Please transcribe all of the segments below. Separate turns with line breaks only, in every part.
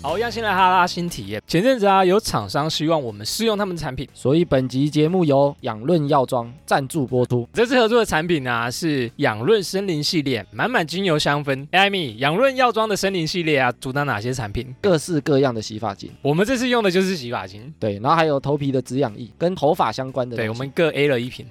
好，一样先来哈拉新体验。前阵子啊，有厂商希望我们试用他们的产品。
所以本集节目由养润药妆赞助播出。
这次合作的产品呢、啊、是养润森林系列，满满精油香氛。艾米，养润药妆的森林系列啊，主打哪些产品？
各式各样的洗发精，
我们这次用的就是洗发精。
对，然后还有头皮的止痒液，跟头发相关的东西，
对，我们各 A 了一 瓶，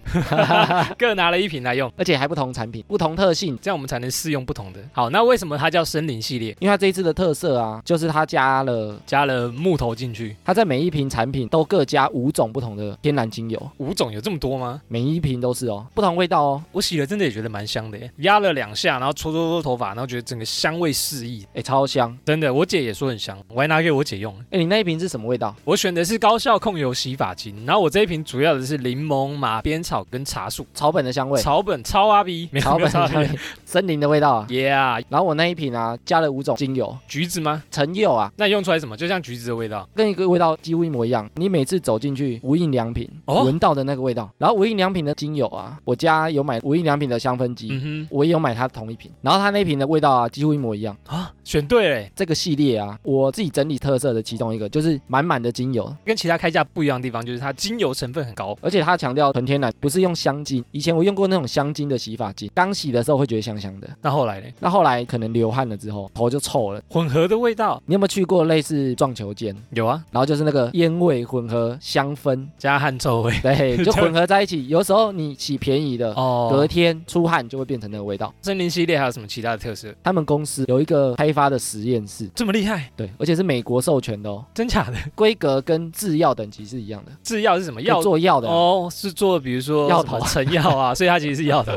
各拿了一瓶来用，
而且还不同产品、不同特性。
这样我们才能试用不同的。好，那为什么它叫森林系列？
因为它这一次的特色啊，就是它加了，
加了木头进去，
它在每一瓶产品都各加五种不同的天然精油，
五种有这么多吗？
每一瓶都是哦，不同味道哦。
我洗了真的也觉得蛮香的耶，压了两下，然后搓搓搓头发，然后觉得整个香味四溢，
哎，超香！
真的，我姐也说很香，我还拿给我姐用。
哎，你那一瓶是什么味道？
我选的是高效控油洗发精，然后我这一瓶主要的是柠檬、马鞭草跟茶树。
草本的香味，
草本超阿 B，没有
草
没有
本
超
的
阿
香
B
味，森林的味道啊。
，Yeah，
然后我那一瓶啊，加了五种精油，
橘子吗？
橙柚啊，
那你用出来什么？就像橘子的味道。
跟一个味道几乎一模一样。你每次走进去无印良品，
哦
闻到的那个味道。然后无印良品的精油啊，我家有买无印良品的香氛机，
嗯
我也有买它同一瓶。然后它那瓶的味道啊，几乎一模一样。
哼，啊，选对嘞，
这个系列啊，我自己整理特色的其中一个就是满满的精油，
跟其他开价不一样的地方就是它精油成分很高。
而且它强调纯天然，不是用香精。以前我用过那种香精的洗发精，刚洗的时候会觉得香香的，
那后来嘞，
那后来可能流汗了之后头就臭了。
混合的味道
你有没有去过类似撞球间？
有啊，
然后就是那个烟味混合香氛，
加汗臭味。
对，就混合在一起。有时候你洗便宜的，隔
哦，
天出汗就会变成那个味道。
森林系列还有什么其他的特色？
他们公司有一个开发的实验室，
这么厉害，
对，而且是美国授权 的哦，
真假的？
规格跟制药等级是一样的。
制药是什么药
可以？做药的啊、
哦，是做比如说
药
什么
头
成药啊，所以它其实是 药头。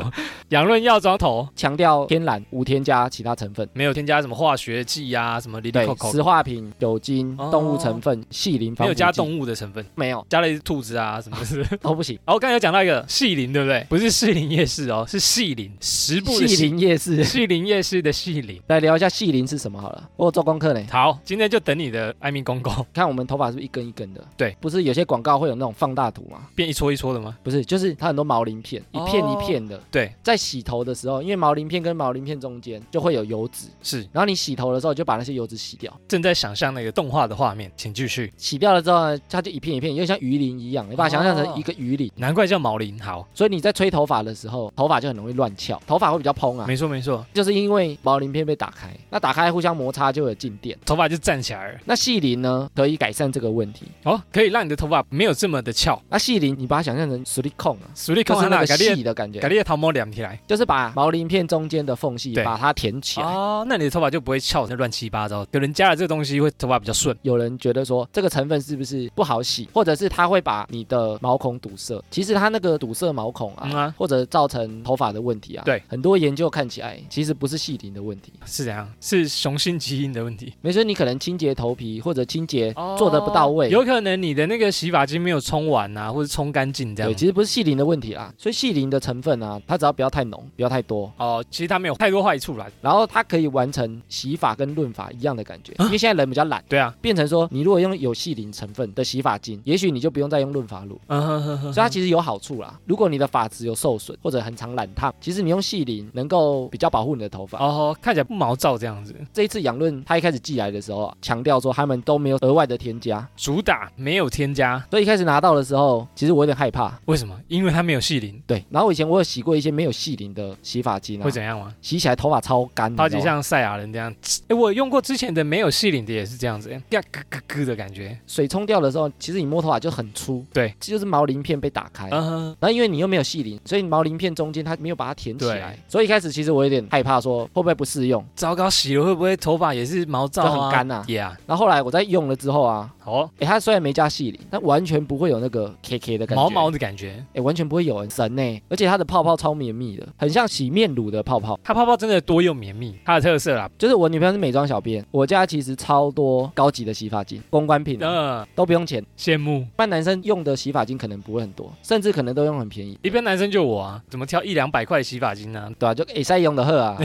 养润药妆头
强调天然，无添加其他成分。
没有添加什么化学剂啊，什么里里
对
扣，扣，
石化品、酒精、
哦
动物成分、细磷
没
防
有
腐
加
剂，
动物的成分，
没有
加了一只兔子啊什么的。
都 不行。
哦，我刚才有讲到一个细林，对不对？不是士林夜市哦，是细林，十步的
细
细
磷夜市，
细林夜市的细林。
来聊一下细磷是什么好了。我有做功课呢，
好，今天就等你的艾米公公
看我们头发是不是一根一根的？
对，
不是有些广告会有那种放大图吗？
变一撮一撮的吗？
不是，就是它很多毛鳞片，一片一片的。
哦对，
在洗头的时候，因为毛鳞片跟毛鳞片中间就会有油脂，
是
然后你洗头的时候就把那些油脂洗掉，
正在想象那个动画的画面，请继续。
洗掉了之后呢，它就一片一片，就像鱼鳞一样，你
哦
把它想象成一个鱼鳞。
难怪叫毛林。好，
所以你在吹头发的时候，头发就很容易乱翘，头发会比较蓬啊，
没错没错，
就是因为毛鳞片被打开，那打开互相摩擦就有静电。
头发就站起来了。
那细鳞呢，可以改善这个问题。
哦，可以让你的头发没有这么的翘。
那细鳞你把它想象成 s i l i c o n 啊，
实力
就
控制
是那
哎那
个
改变
细的感
改
觉，
变头毛量起来。
就是把毛鳞片中间的缝隙
对
把它填起来。
哦，那你的头发就不会翘成乱七八糟。有人加了这个东西，会头发比较顺。
有人觉得说这个成分是不是不好洗，或者是它会把你的毛孔堵塞？其实它那个堵塞毛孔啊，
嗯啊
或者造成头发的问题啊，
对，
很多研究看起来其实不是细鳞的问题，
是怎样？是雄性基因的问题，
没准你可能清洁头皮或者清洁做的不到位。
哦有可能你的那个洗发精没有冲完啊，或者冲干净这
对，
样。
其实不是细鳞的问题啦，所以细鳞的成分啊，它只要不要太浓，不要太多，
哦，其实它没有太多坏处啦。
然后它可以完成洗发跟润发一样的感觉。因为现在人比较懒，
对啊，
变成说你如果用有细鳞成分的洗发精，也许你就不用再用润发乳，
嗯哼哼哼
所以它其实有好处啦。如果你的发质有受损或者很常懒烫，其实你用细鳞能够比较保护你的头发。
哦，看起来不毛躁这样子，
这一次养润它一开始寄来的时候啊，强调说他们都没有额外的添加，
主打没有添加，
所以一开始拿到的时候，其实我有点害怕。
为什么？因为它没有细鳞，
对，然后我以前我有洗过一些没有细鳞的洗发精啊
会，怎样吗？
洗起来头发超干，
超
你
级
知道吗
像赛亚人这样。
啊
哎，我用过之前的没有细鳞的也是这样子，呀咯咯咯的感觉。
水冲掉的时候，其实你摸头发就很粗，
对，
这就是毛鳞片被打开。
嗯哼，
然后因为你又没有细鳞，所以毛鳞片中间它没有把它填起来，所以一开始其实我有点害怕，说会不会不适用。
糟糕，洗了会不会头发也是毛躁
就
啊？
很干啊
，Yeah，
然后后来我在用了之后啊，
哦，
诶，它虽然没加细鳞，但完全不会有那个 K K 的感觉，
毛毛，的感觉。
诶，完全不会有，很神呢、而且它的泡泡超绵密的，很像洗面乳的泡泡。
它泡泡真的多又绵密，它的特色啦。
就是我女朋友是美妆小编，我家其实超多高级的洗发精、公关品、啊、
嗯，
都不用钱，
羡慕。
一般男生用的洗发精可能不会很多，甚至可能都用很便宜。
一般男生就我啊，怎么挑一两百块的洗发精呢、
对啊，就也在用的 喝啊，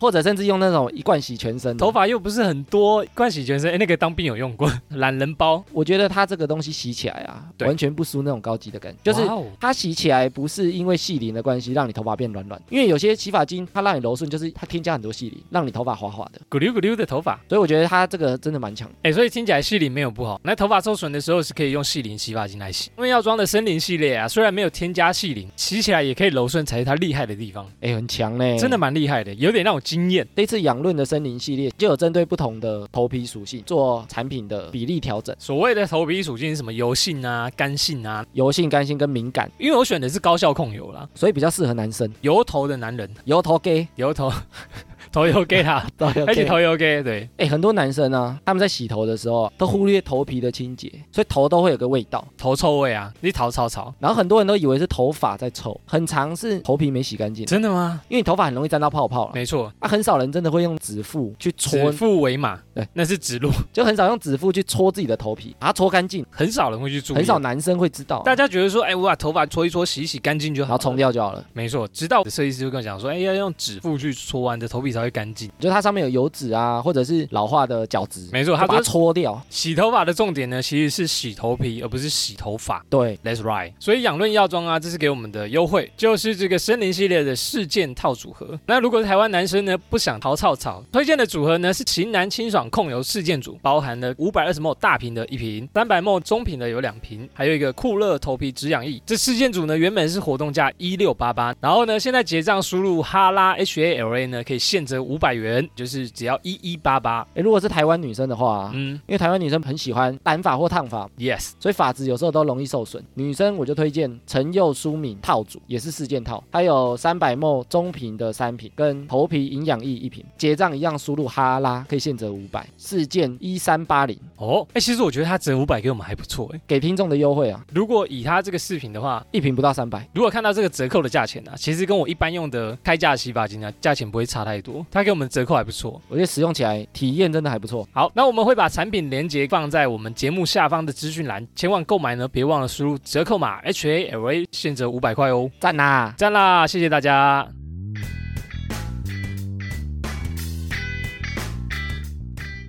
或者甚至用那种一罐洗全身的啊
头发又不是很多，灌洗全身，哎，那个当兵有用过，懒人 包，
我觉得它这个东西洗起来啊，
对
完全不输那种高级的感觉，就是
哇哦
它洗起来不是因为细鳞的关系让你头发变软软，因为有些洗发精它让你柔顺，就是它添加很多细鳞，让你头发滑滑的。
咕溜咕溜的头发，
所以我觉得它这个真的蛮强的。
哎，所以听起来细鳞没有不好。那头发受损的时候是可以用细鳞洗发精来洗，因为药妆的森林系列啊，虽然没有添加细鳞，洗起来也可以柔顺，才是它厉害的地方，
哎，很强嘞！
真的蛮厉害的，有点让我惊艳。
这次养润的森林系列就有针对不同的头皮属性做产品的比例调整，
所谓的头皮属性是什么油性啊、干性啊，
油性、干性跟敏感，
因为我选的是高效控油啦，
所以比较适合男生。
油头的男人，
油头 gay，
油头， 头油给他，
对
而且
gay
头油给，对，
哎、很多男生啊，他们在洗头的时候啊都忽略头皮的清洁，所以头都会有个味道。
头臭味啊，你头草草，
然后很多人都以为是头发在臭，很常是头皮没洗干净，
真的吗？
因为你头发很容易沾到泡泡了。
没错，
啊，很少人真的会用指腹去
指
搓，
腹为马
对，嗯
那是指路，
就很少用指腹去搓自己的头皮，把它搓干净。
很少人会去注意，
很少男生会知道啊，
大家觉得说，哎，我把头发搓一搓，洗一洗干净就
然
好
后
了，
冲掉就好了。
没错，直到我的设计师就跟我讲说，哎，要用指腹去搓完，你的头皮才会干净。
就它上面有油脂啊，或者是老化的角质，
没错，
就
他
把它
说
搓掉。
洗头发的重点呢，其实是洗头皮，而不是洗头发。
对，
That's right。所以养润药妆啊，这是给我们的优惠，就是这个森林系列的事件套组合。那如果台湾男生呢不想淘草草，推荐的组合呢是型男清爽控油事件组，包含了五百二十 ml 大瓶的一瓶，三百 ml 中瓶的有两瓶，还有一个酷乐头皮止痒液。这事件组呢原本是活动价一六八八，然后呢现在结账输入哈拉 H A L A 呢可以现折五百元，就是只要一一八八。
诶如果是台湾女生的话啊、
嗯
因为台湾女生很喜欢染发或烫发，
，Yes，
所以发质有时候都容易受损。女生我就推荐陈佑舒敏套组，也是四件套，它有三百 ml 中瓶的三瓶，跟头皮营养液一瓶。结账一样输入哈拉，可以现折五百，四件一三八零，
哦，哎、其实我觉得它折五百给我们还不错哎。
给听众的优惠啊，
如果以它这个视频的话，
一瓶不到三百。
如果看到这个折扣的价钱呢、啊，其实跟我一般用的开价洗发精啊，价钱不会差太多，它给我们折扣还不错。
我觉得使用起来体验真的还不错。
好，那我们会把产品链接放在我们节目下方的资讯栏，前往购买呢，别忘了输入折扣码 H A L A，现折五百块哦。
赞啊啦、
赞啦，谢谢大家。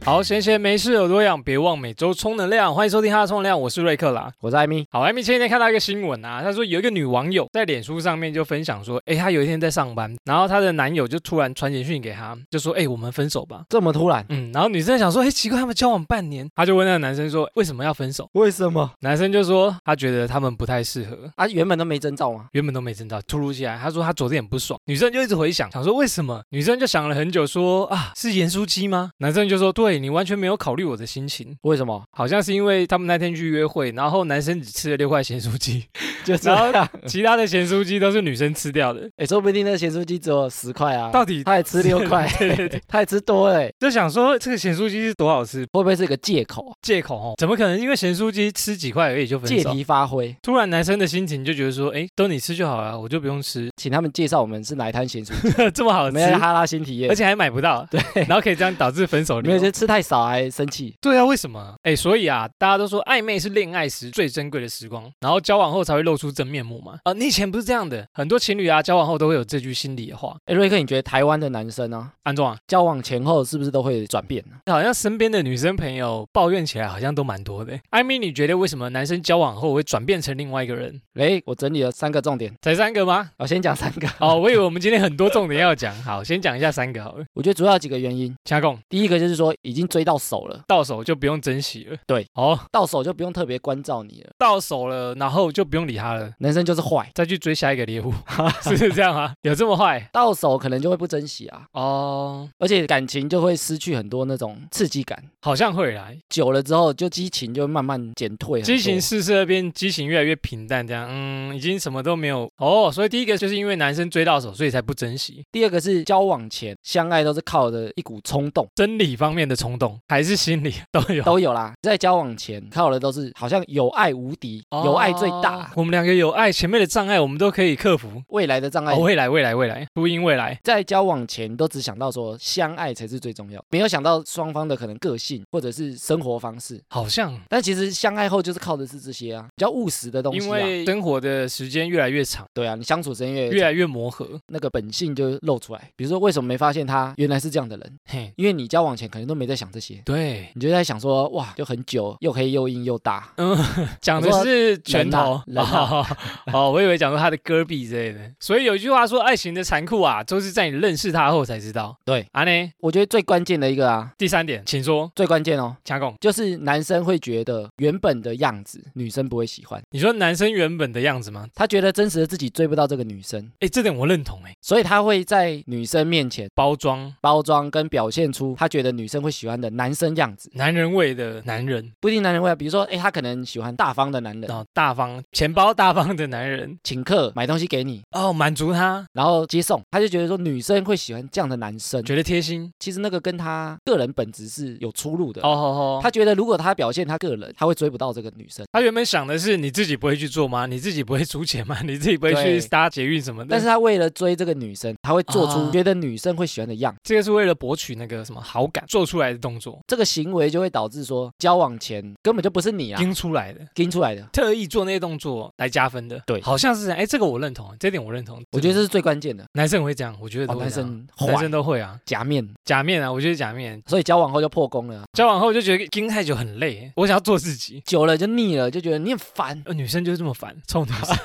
好，闲闲没事有多养，别忘每周充能量。欢迎收听哈的充能量，我是瑞克啦。
我是艾米，
好，艾米前几天看到一个新闻啊，她说有一个女网友在脸书上面就分享说，哎，她有一天在上班，然后她的男友就突然传简讯给她，就说，哎，我们分手吧。
这么突然，
嗯，然后女生想说，哎，奇怪，他们交往半年，她就问那个男生说，为什么要分手？
为什么？
男生就说，他觉得他们不太适合。
啊，原本都没征兆吗？
原本都没征兆，突如其来，他说他昨天很不爽，女生就一直回想，想说为什么？女生就想了很久说，啊，是盐酥鸡吗？男生就说，对你完全没有考虑我的心情，
为什么？
好像是因为他们那天去约会，然后男生只吃了六块咸酥鸡，
就这
然后
样。哎、
其他的咸酥鸡都是女生吃掉的。
说不定那个咸酥鸡只有十块啊，
到底
他还吃六块
，对对对，
他还吃多了欸、
就想说这个咸酥鸡是多好吃，
会不会是一个借口啊？
借口 哦，怎么可能？因为咸酥鸡吃几块而已就分
借
手。
题发挥，
突然男生的心情就觉得说，哎，都你吃就好了，我就不用吃，
请他们介绍我们是哪一摊咸酥鸡，
这么好
我
吃
们，要哈拉新体验
而。且还买不到， 对，然后可以这样导致分手理
没有，
由
就。吃太少还生气，
对啊，为什么？哎，所以啊，大家都说暧昧是恋爱时最珍贵的时光，然后交往后才会露出真面目嘛。啊，你以前不是这样的，很多情侣啊，交往后都会有这句心里的话。
哎，瑞克，你觉得台湾的男生啊，
安总啊，
交往前后是不是都会转变啊呢、
好像身边的女生朋友抱怨起来好像都蛮多的。艾米，你觉得为什么男生交往后会转变成另外一个人？
哎，我整理了三个重点，
才三个 吗？
我先讲三个。
哦，我以为我们今天很多重点要讲，好，先讲一下三个好了。
我觉得主要有几个原因，
掐共
第一个就是说已经追到手了，
到手就不用珍惜了，
对，
哦，
到手就不用特别关照你了，
到手了，然后就不用理他了。
男生就是坏，
再去追下一个 猎物，是这样吗？有这么坏？
到手可能就会不珍惜啊，
哦，
而且感情就会失去很多那种刺激感，
好像会来，
久了之后就激情就慢慢减退很多，
激情四射变，激情越来越平淡，这样，嗯，已经什么都没有哦。所以第一个就是因为男生追到手，所以才不珍惜
第二个是交往前相爱都是靠着一股冲动，
生理方面的冲动，还是心 理都有。
都有啦。在交往前靠的都是好像有爱无敌，
哦
有爱最大，
我们两个有爱，前面的障碍我们都可以克服。
未来的障碍。
哦，未来，未来，未来，呼应未来。
在交往前都只想到说相爱才是最重要，没有想到双方的可能个性或者是生活方式。
好像
但其实相爱后就是靠的是这些啊，比较务实的东西、啊。
因为生活的时间越来越长，
对啊，你相处时间越
越来越磨合。
那个本性就露出来。比如说为什么没发现他原来是这样的人？
嘿，
因为你交往前可能都没在想这些，
对，
你就在想说哇，就很久，又黑又硬又大，
讲的
我说
是拳头，
人啊
哦，哦我以为讲说他的戈壁之类的。所以有一句话说，爱情的残酷啊，都是在你认识他后才知道。
对
啊呢，
我觉得最关键的一个啊，
第三点，请说，
最关键哦，
掐拱。
就是男生会觉得原本的样子女生不会喜欢，
你说男生原本的样子吗？
他觉得真实的自己追不到这个女生，
哎，这点我认同哎，
所以他会在女生面前
包装
包装跟表现出他觉得女生会喜欢的男生样子，
男人味的男人，
不一定男人会啊，比如说，哎，他可能喜欢大方的男人，
然后大方，钱包大方的男人，
请客买东西给你，
哦，满足他，
然后接送，他就觉得说女生会喜欢这样的男生，
觉得贴心。
其实那个跟他个人本质是有出入的。
哦吼吼，
他觉得如果他表现他个人，他会追不到这个女生。
他原本想的是你自己不会去做吗？你自己不会出钱吗？ 你自己不会去
对
搭捷运什么的？
但是他为了追这个女生，他会做
啊
出觉得女生会喜欢的样子，
这个是为了博取那个什么好感做出来的动作，
这个行为就会导致说交往前根本就不是你啊，
盯出来的，
盯出来的。
特意做那些动作来加分的。
对
好像是这样哎，这个我认同，这点我认同。
我觉得这
这
是最关键的。
男生也会这样，我觉得
哦，
都会
男
这样
生
男
坏
生都会啊，
假面，
假面啊，我觉得假面。
所以交往后就破功了，
交往后就觉得盯太久很累，我想要做自己。
久了就腻了，就觉得你很烦。
呃女生就是这么烦， 臭女生。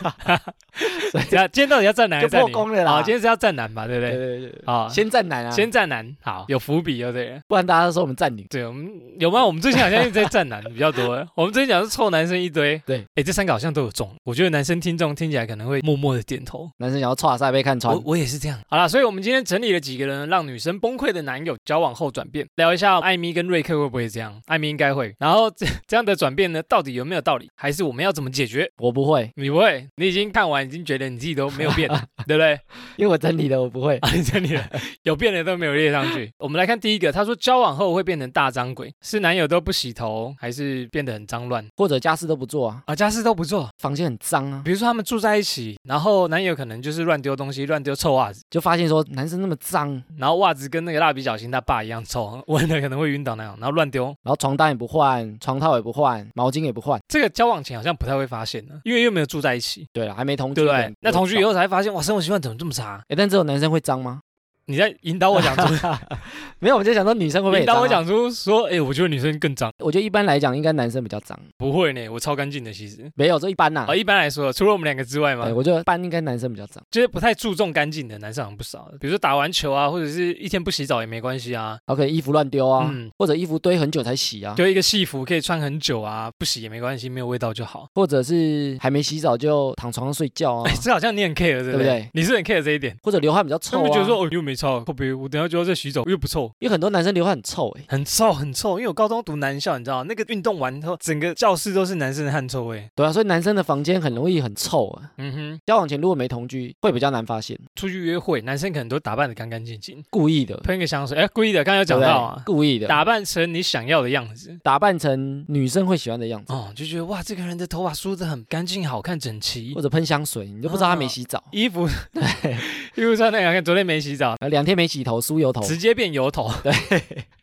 等下今天到底要站男还是站
就
女？啊
破功了啦
好，今天是要站男吧，对不
对
对？
对对对，
好，
先站男啊，
先站男，好，有伏笔，就对了。
不然大家都说我们站女。
对，我们有吗？我们最近好像一直在站男 比较多，我们最近讲是臭男生一堆。
对，
哎，这三个好像都有中。我觉得男生听众听起来可能会默默的点头。
男生想要跨赛被看穿
我，我也是这样。好啦，所以我们今天整理了几个人让女生崩溃的男友交往后转变，聊一下艾米跟瑞克会不会这样？艾米应该会。然后这这样的转变呢，到底有没有道理？还是我们要怎么解决？
我不会，
你不会，你已经看完，已经觉得你自己都没有变了，对不对？
因为我整理的我不会。
啊，你真的有变的都没有列上去。我们来看第一个，他说交往后会变成大脏鬼，是男友都不洗头，还是变得很脏乱
或者家事都不做啊，
啊？家事都不做，
房间很脏啊，
比如说他们住在一起，然后男友可能就是乱丢东西，乱丢臭袜子，
就发现说男生那么脏，然
然后袜子跟那个蜡笔小新他爸一样臭， 闻了可能会晕倒那样，然后乱丢。
后床单也不换，床套也不换，毛巾也不换。
这个交往前好像不太会发现呢，因为又没有住在一起，
对了，还没同居
对
呢，
不对？那同居以
后，
后才会发现，哇，生活习惯怎么这么差？啊
哎，但只有男生会 脏吗？
你在引导我讲出，
没有，我就想说女生会不会
引
也脏啊？
导我讲出说，哎，我觉得女生更脏，
我觉得一般来讲应该男生比较脏，
不会呢，我超干净的其实。
没有这一般呐
啊，。一般来说，除了我们两个之外嘛
对，，哎我觉得一般应该男生比较脏。
就是不太注重干净的男生好像不少，比如说打完球啊，或者是一天不洗澡也没关系啊。
然后可能衣服乱丢啊，
嗯，
或者衣服堆很久才洗啊，
丢一个戏服可以穿很久啊，不洗也没关系，没有味道就好。
或者是还没洗澡就躺床上睡觉啊
哎、， 这好像你很 care，对不对？
对不对
你是很 care 这一点，
或者流汗比较
那
臭
我觉得
啊
说。哦，又没臭，后边我等一下就要再洗澡，又不臭，
因为很多男生流汗很臭哎，
很臭很臭。因为我高中读男校，你知道，那个运动完后，整个教室都是男生的汗臭味。
对啊，所以男生的房间很容易很臭啊。
嗯哼，
交往前如果没同居，会比较难发现，
出去约会，男生可能都打扮的干干净净，
故意的，
喷个香水，哎，故意的，刚刚有讲
对不对
到啊，
故意的，
打扮成你想要的样子。
打扮成女生会喜欢的样子，
哦，就觉得哇，这个人的头发梳得很干净、好看、整齐
或，者喷香水，你就不知道她
嗯
没洗澡，
衣 服 衣服穿那两看，昨天没洗澡，
呃两天没洗头，梳油头。
直接变油头，对，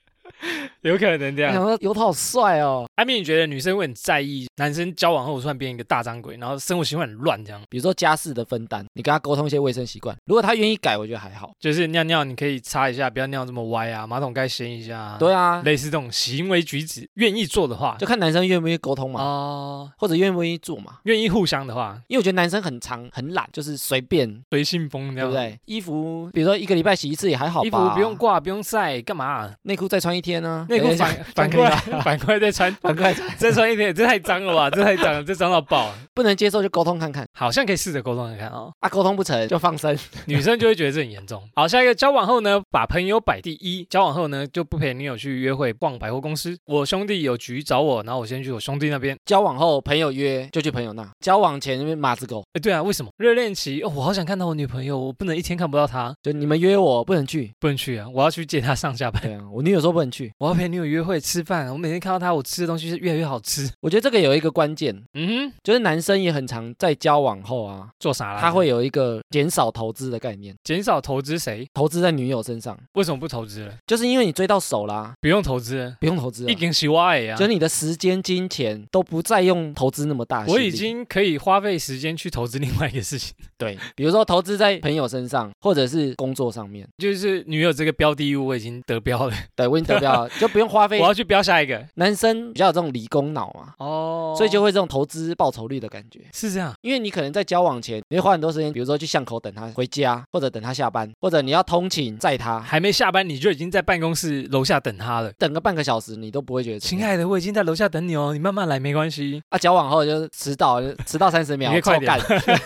有可能这
哎我想
样。
说油头好帅哦，
艾米，你觉得女生会很在意男生交往后突然变一个大张鬼，然后生活习惯很乱，这样
比如说家事的分担，你跟他沟通一些卫生习惯，如果他愿意改，我觉得还好。
就是尿尿你可以擦一下，不要尿这么歪啊，马桶盖掀一下，、
对啊，
类似这种行为举止，愿意做的话
就看男生愿不愿意沟通嘛，
哦，
或者愿不愿意做嘛。
愿意互相的话，
因为我觉得男生很长很懒，就是随便，
随性风这
对
样，
不？对？衣服比如说一个礼拜洗一次也还好吧，哎
衣服不用，挂，不用晒，干嘛、
内裤再穿一天呢、啊，
内裤
哎
反反过来，反过来再穿，
反过来
再穿一点，这太脏了吧？这太脏了，这脏到爆了。
不能接受就沟通看看
好像可以试着沟通看看哦，
啊，沟通 不成就放生，
女生就会觉得这很严重。好，下一个交往后呢，把朋友摆第一。交往后呢，就不陪女友去约会、逛百货公司。我兄弟有局找我，然后我先去我兄弟那边。
交往后朋友约就去朋友那，交往前那边马子狗，
哎，对啊，为什么热恋期？哦，我好想看到我女朋友，我不能一天看不到她，
就你们约我不能去，
不能去啊，我要去接她上下 班，
对啊，我女友说不能去，
我要陪女友约会、吃饭。我每天看到她，我吃的东西是越来越好吃。
我觉得这个有一个关键，
嗯哼，
就是男生也很常在交往后啊，
做啥啦？
他会有一个减少投资的概念，
减少投资谁？
投资在女友身上，
为什么不投资了？
就是因为你追到手啦，
不用投资了，
不用投资
一
了。
根洗袜呀
就是。你的时间、金钱都不再用投资那么大的心
我
力。
已经可以花费时间去投资另外一个事情，
对， 比如说投资在朋友身上，或者是工作上面，
就是女友这个标的物我已经得标了，
对我已经得标了，就不用花费
我。要去标下一个
男生比较有这种理工脑嘛，
哦
所以就会这种投资报酬率的感觉。
是这样，
因为你可能在交往前，你会花很多时间，比如说去巷口等他回家，或者等他下班，或者你要通勤载他，
还没下班你就已经在办公室楼下等他了。
等个半个小时，你都不会觉得怎么
亲
样。
爱的，我已经在楼下等你哦，你慢慢来，没关系。
啊，交往后就迟到，就迟到三十秒，
你可以快
超
点
赶，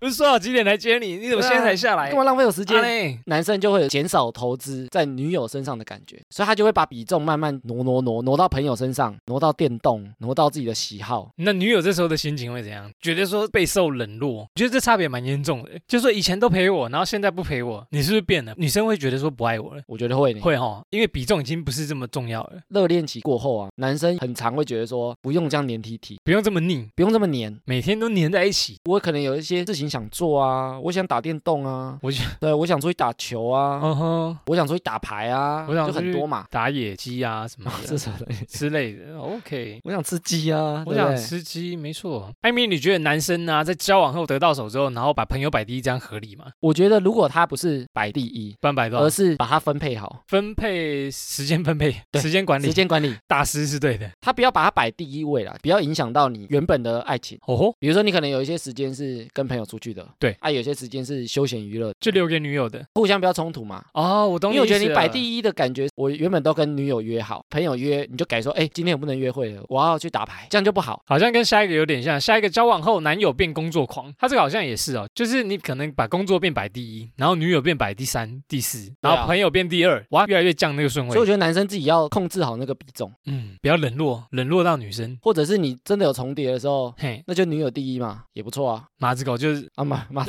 不是说好几点来接你，你怎么现在才下来
干？嘛浪费我时
啊
间？
嘞，
男生就会有减少投资在女友身上的感觉，所以他就会把比重慢慢挪挪挪挪到朋友身上，挪到电动，挪到自己的喜好。
那女友这时候的心情会怎样？觉得说备受冷落，我觉得这差别蛮严重的。就说以前都陪我，然后现在不陪我，你是不是变了？女生会觉得说不爱我了。
我觉 得会呢，
会哈，因为比重已经不是这么重要了，
热恋期过后啊，男生很常会觉得说，不用这样黏 T T，
不用这么腻，
不用这么黏，
每天都黏在一起。
我可能有一些事情想做啊，我想打电动啊，
我就，
对我想出去打球啊，
嗯哼，
我想出去打牌啊，
我想
就很
出去，
多嘛
打 野鸡啊什么
这
的
什么？
之类的。OK，
我想吃鸡啊，
我
对不
想
对。
吃鸡，没错。艾米，你觉得男生啊，在交往后得到手之后，然后把朋友摆第一，这样合理吗？
我觉得如果他不是摆第一，
不然摆多
而
少？
是把它分配好，
分配时间分配，
对
时间管
时
理，
间管理，
大师是对的。
他不要把它摆第一位啦，不要影响到你原本的爱情。
哦吼，
比如说，你可能有一些时间是跟朋友出去的，
对
啊，有些时间是休闲娱乐，
就留给女友的。
互相不要冲突嘛。
哦，我
因
懂
为我觉
意
得
思
你摆
了
第一的感觉，我原本都跟女友约好，朋友约，你就改说，哎，今天我不能约会了，我要去打牌，这样就不好。
好像跟下一个有点像，下一个交往后男友变工作狂，他这个好像也是哦，就是你可能把工作变摆第一，然后女友变摆第三、第四，然
啊
后朋友变第二，哇，越来越降那个顺
所以我
位，
觉得男生自己要控制好那个比重，
嗯，不要冷落，冷落到女生，
或者是你真的有重叠的时候，
嘿，
那就女友第一嘛，也不错啊。
马子狗就是，
啊妈 妈，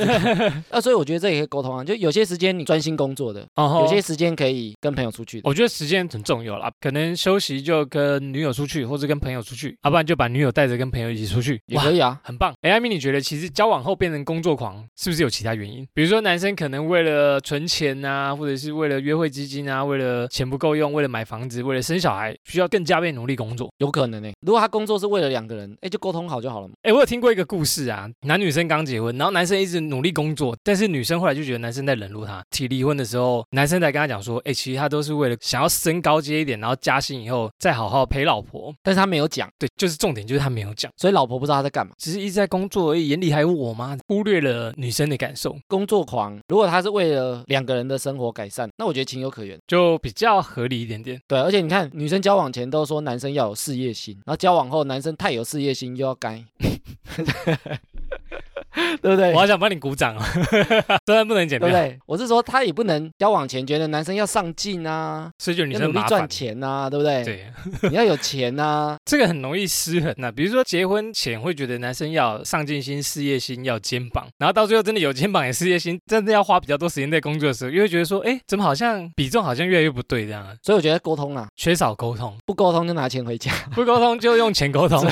啊，所以我觉得这也可以沟通啊，就有些时间你专心工作的，
哦
有些时间可以跟朋友出去的。
我觉得时间很重要啦，可能休息就跟女友出去，或者跟朋友出去，啊要、不然就把女友带着跟朋友一起出去，
也可以啊，
很棒。哎，艾米，你觉得其实交往后变成工作狂，是不是有其他原因？比如说男生可能为了存钱啊，或者是为了约会基金啊，为了钱不够用，为了买房子，为了生小孩，需要更加倍努力工作。
有可能呢、欸如果他工作是为了两个人，哎，就沟通好就好了嘛。
哎，我有听过一个故事啊，男女生刚结婚，然后男生一直努力工作，但是女生后来就觉得男生在冷落她。提离婚的时候，男生才跟她讲说，哎，其实他都是为了想要升高阶一点，然后加薪以后再好好陪老婆。
但是他没有讲，
对，就是重点就是他没有讲，
所以老婆不知道他在干嘛。
只是一直在工作而已，眼里还有我吗？忽略了女生的感受。
工作狂，如果他是为了两个人的生活改善，那我觉得情有可原。
就比较合理一点点。
对，而且你看，女生交往前都说男生要有事业心，然后交往后男生太有事业心又要该， 对不对
我？好想帮你鼓掌哦， 虽然不能减
对不
掉，
对？我是说，他也不能交往前觉得男生要上进啊，
所以就女
要
生
努力
麻
赚
烦。
钱啊，对不对？
对，
你要有钱啊，
这个很容易失衡呐、啊比如说结婚前会觉得男生要有上进心、事业心，要有肩膀，然后到最后真的有肩膀也事业心，真的要花比较多时间在工作的时候，又会觉得说，哎，怎么好像比重好像越来越不对这样啊，
所以我觉得沟通啊，
缺少沟 通，
不沟通就拿钱回家，
不沟通就用钱沟通，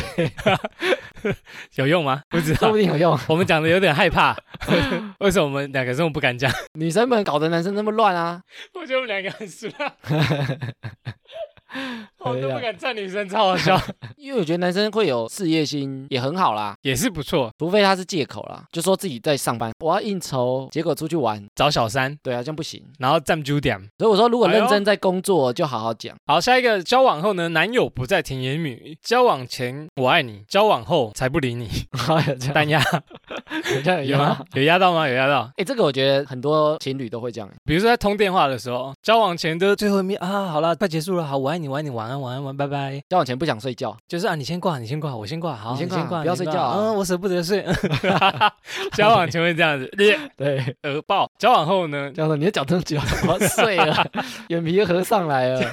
有用吗？不知
说
道
不。定有用。啊
我们讲的有点害怕，为什么我们两个这么不敢讲？
女生们搞得男生那么乱啊，
我觉得我们两个很熟 了，我
可以
都
啊
不敢站女生，超好笑，
因为我觉得男生会有事业心也很好啦，
也是不错。
除非他是借口啦，就说自己在上班，我要应酬，结果出去玩，
找小三，
对啊，这样不行。
然后占九点。
所以我说，如果
哎呦
认真在工作，就好好讲。
好，下一个交往后呢，男友不再甜言蜜语，交往前我爱你，交往后才不理你，
好，有这样，
单压
有这 样
有啊吗？？有压到吗？有压到。
哎，这个我觉得很多情侣都会这样，
比如说在通电话的时候，交往前的最后一面啊，好啦，快结束了，好，我爱你，我爱你，晚安，晚安，晚安，拜拜。
交往前不想睡觉，
就是啊，你先挂，你先挂，我先挂，好，
你先挂
挂，
不要
你先
睡觉啊
嗯，我舍不得睡。 交往前会这样子，
对，
耳爆。交往后呢，
这样说你的脚这么久，我要睡了，眼皮都合上来了，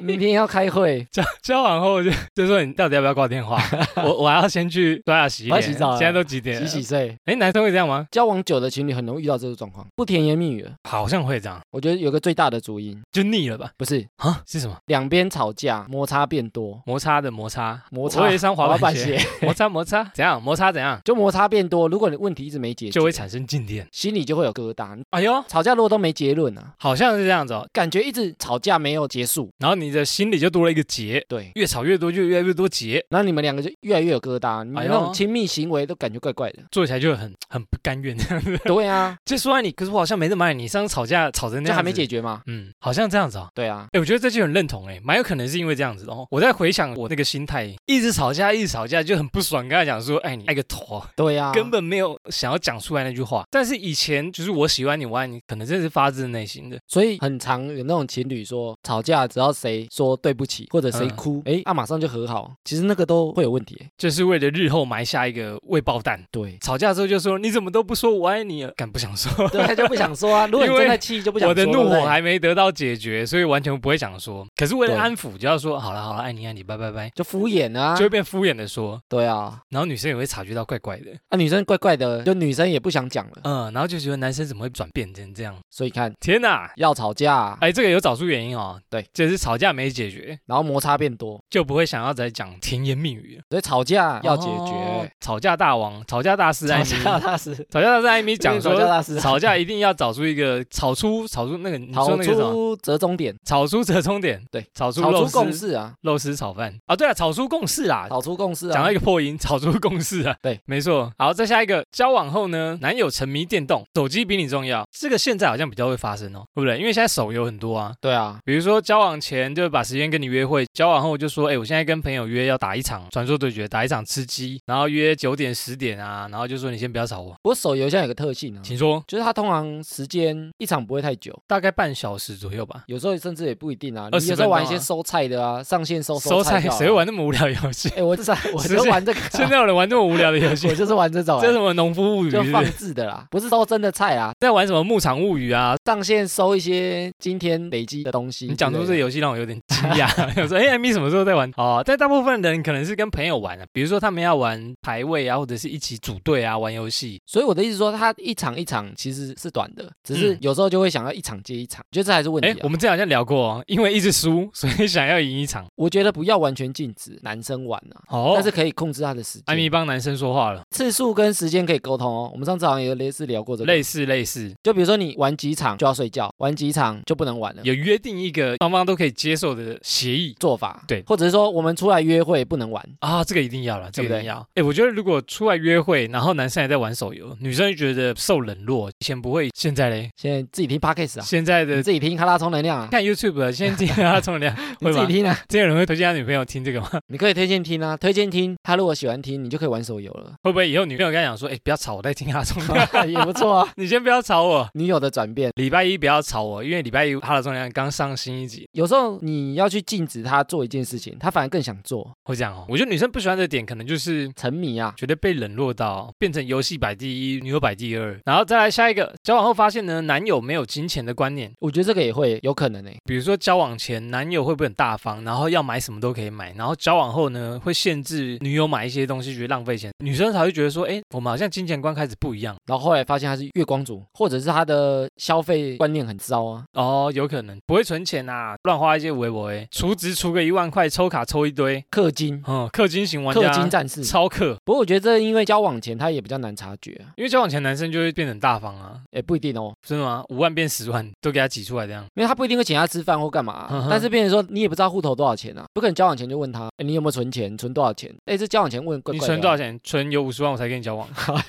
明天要开会，
交交往后就就说你到底要不要挂电话？ 我我还要先去刷牙洗脸，
我要洗澡了
现在都几点
洗
了？
洗睡。
哎，男生会这样吗？
交往久的情侣很容易遇到这种状况，不甜言蜜语了。
好像会这样，
我觉得有个最大的主因，
就腻了吧？
不是
啊，是什么？
两边吵架，摩擦变多，
摩擦的摩擦，
摩擦
我有一双滑板
板
鞋，
鞋
摩擦摩擦，怎样？摩擦怎样？
就摩擦变多。如果你问题一直没解决，
就会产生静电。
心里就会有疙瘩。
哎呦，
吵架如果都没结论啊，
好像是这样子哦。
感觉一直吵架没有结束，
然后后你的心里就多了一个结，
对，
越吵越多就越来越多结，
然后你们两个就越来越有疙瘩，你
哎
们
呦。
那种亲密行为都感觉怪怪的
做起来就很很不甘愿。
对啊，
就说爱你，可是我好像没那么爱你。上次吵架吵成那
就
样，
还没解，决吗？
嗯，好像这样子啊。
对啊，
哎，我觉得这就很认同哎，蛮有可能是因为这样子的哦。我在回想我那个心态，一直吵架，一直吵架就很不爽，跟他讲说爱你爱个头啊，
对啊，
根本没有想要讲出来那句话。但是以前就是我喜欢你，我爱你，可能真的是发自内心的。
所以很常有那种情侣说吵架，只要谁说对不起或者谁
嗯
哭，哎、啊马上就和好。其实那个都会有问题。
就是为了日后埋下一个未爆弹。，
对
吵架之后就说你怎么都不说我爱你啊，敢不想 说。
对，他就不想说啊。如果你
因为
真的气，就 不想
我的
说
怒
对不
火
对
还没得到解决，所以完全不会想说。可是为了
对
安抚，就要说好了好了，爱你爱你，拜拜拜，
就敷衍啊
就。会变敷衍的说。
对啊，
然后女生也会察觉到怪怪的，
啊女生怪怪的，就女生也不想讲了。
嗯，然后就觉得男生怎么会转变成这样？
所以看
天哪！
要吵架、
哎，这个有找出原因哦。
对，
就是吵架没解决，
然后摩擦变多，
就不会想要再讲甜言蜜语了。
所以吵架要解
哦
决。
吵架大王，吵架大师艾
吵
米，
架大师，
吵架大师艾米 讲
吵架
说，
大师， 啊
吵架一定要找出一个吵出吵出那个你说
吵
那个什么？
出折中点，
炒出折中点，
对，
炒出
吵
肉
出共
丝
识啊，
肉丝炒饭啊，对啊，炒出共识啦。
吵出共识啊。
讲到一个破音，炒出共识啊，
对，
没错。好，再下一个，交往后呢，男友沉迷电动，手机比你重要，这个现在好像比较会发生哦，对不对？因为现在手游很多啊，
对啊，
比如说交往前就把时间跟你约会，交往后就说，哎，我现在跟朋友约要打一场传说对决，打一场吃鸡，然后约九点十点啊，然后就说你先不要吵我，
不过手游现在有个特性啊，
请说，
就是它通常时间一场不会太久，
大概半小时左右吧。
有时候甚至也不一定啊。
20
你有时候玩一
分钟
些
啊
收菜的啊，上线收
收
菜
菜
的啊
谁会？玩那么无聊的游戏？
哎，我就是啊我
是
就玩这个啊，
现在有人玩这么无聊的游戏
我？就是玩这种啊，
这是什么农夫物语是
就
不是？
放置的啦，不是收真的菜啊，
在玩什么牧场物语啊？
上线收一些今天累积的东西之类的。
你讲出这个游戏让我有点惊讶， 想说哎，M 什么时候在玩？哦，但大部分人可能是跟朋友玩的、啊比如说他们要玩排位啊，或者是一起组队啊玩游戏。
所以我的意思说，它一场一场其实是短的，只是
嗯
有时候就会想要一场接一场，觉得这还是问题
哎、
啊。
我们之前好像聊过、哦，因为一直输， 所以想要赢一场。
我觉得不要完全禁止男生玩啊，
哦，
但是可以控制他的时
艾米
间、
帮男生说话了，
次数跟时间可以沟通哦。我们上次好像有类似聊过这个，
类似类似，
就比如说你玩几场就要睡觉，玩几场就不能玩了。
有约定一个双方都可以接受的协议。
做法
对
或者是说我们出来约会不能玩，
啊，这个一定要了，这
对
个
不
一
对
定要。哎、我觉得如果出来约会，然后男生还在玩手游，女生就觉得受冷落。以前不会，现在嘞，
现在自己听 podcast 啊，
现在的
你自己听哈拉充能量 啊，
看 YouTube 啊现在听他冲 凉
你
会
自己
吗？
听啊，
这些人会推荐他女朋友听这个吗？，
你可以推荐听啊，推荐听，他如果喜欢听，你就可以玩手游了
会不会以后女朋友跟他讲说，哎、不要吵，我在听他冲凉，
也不错啊。
你先不要吵我，
女友的转变，
礼拜一不要吵我，因为礼拜一哈拉重量刚上新一集。
有时候你要去禁止他做一件事情，他反而更想做，
会这样哦，我觉得女生不喜欢的点，可能就是
沉迷啊。
觉得被冷落到，变成游戏摆第一，女友摆第二，然后再来下一个。交往后发现呢，男友没有金钱的观念，
我觉得这个也会有可能欸诶、
比如说交往前男友会不会很大方，然后要买什么都可以买，然后交往后呢会限制女友买一些东西，觉得浪费钱，女生才会觉得说，哎，我们好像金钱观开始不一样。
然后后来发现他是月光族，或者是他的消费观念很糟啊。
哦，有可能不会存钱呐、乱花一些微博哎，储值储个一万块，抽卡抽一堆，
氪金，
嗯，氪金型玩家，
氪金战士。
超氪，
不过我觉得这因为交往前他也比较难察觉、啊，
因为交往前男生就会变得很大方啊，
也不一定哦，
真的吗？五万变十万都给他挤出来这样，
因为他不一定会请他吃饭或干嘛啊、
嗯哼
但是变成说你也不知道户头多少钱啊，不可能交往前就问他，哎，你有没有存钱，存多少钱？哎，这交往前问怪怪
你
的啊
存多少钱？存有五十万我才跟你交 往，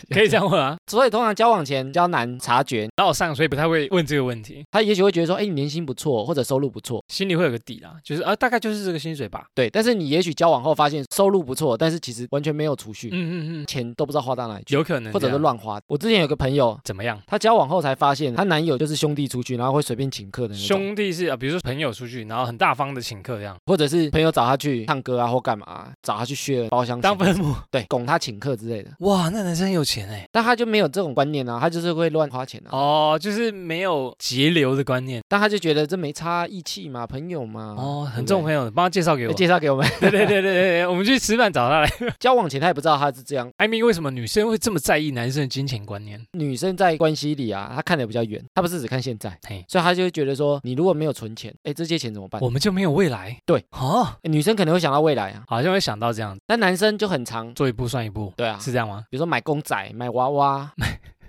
可以这样问啊。
所以通常交往前比较难察觉，
然后我上所以不太会问这个问题，
他也许会觉得说，哎，你年薪不错，或者收入不错，
心里会有个底啦，就是啊大概就是这个薪水吧。
对。但是你也许交往后发现收入不错，但是其实完全没有储蓄，
嗯嗯嗯，嗯
钱都不知道花到哪里去，
有可能
或者
这
是
样
乱花。我之前有个朋友，
怎么样？
她交往后才发现，她男友就是兄弟出去，然后会随便请客的那种，
兄弟是啊，比如说朋友出去，然后很大方的请客这样，
或者是朋友找她去唱歌啊，或干嘛啊、找她 去削包厢
当
钱，
分母。
对，拱她请客之类的。
哇，那男生有钱哎。
但她就没有这种观念啊，她就是会乱花钱啊。
哦，就是没有节流的观念
但她就觉得这没差，义气嘛，朋友嘛。
哦，很
嗯对
重
不对
朋友，帮他介绍给我
哎。介绍给我们。
对对对对对，我们去吃饭找他来。
交往前她也不知道她是这样，
艾米，为什么女生会这么在意男生的金钱观念？
女生在关系里啊，她看得比较远，她不是只看现在
嘿，
所以她就会觉得说，你如果没有存钱，哎，这些钱怎么办？
我们就没有未来？
对，
哦，
诶女生可能会想到未来啊，
好像会想到这样，
但男生就很长，
做一步算一步，
对啊，
是这样吗？
比如说买公仔、买娃娃、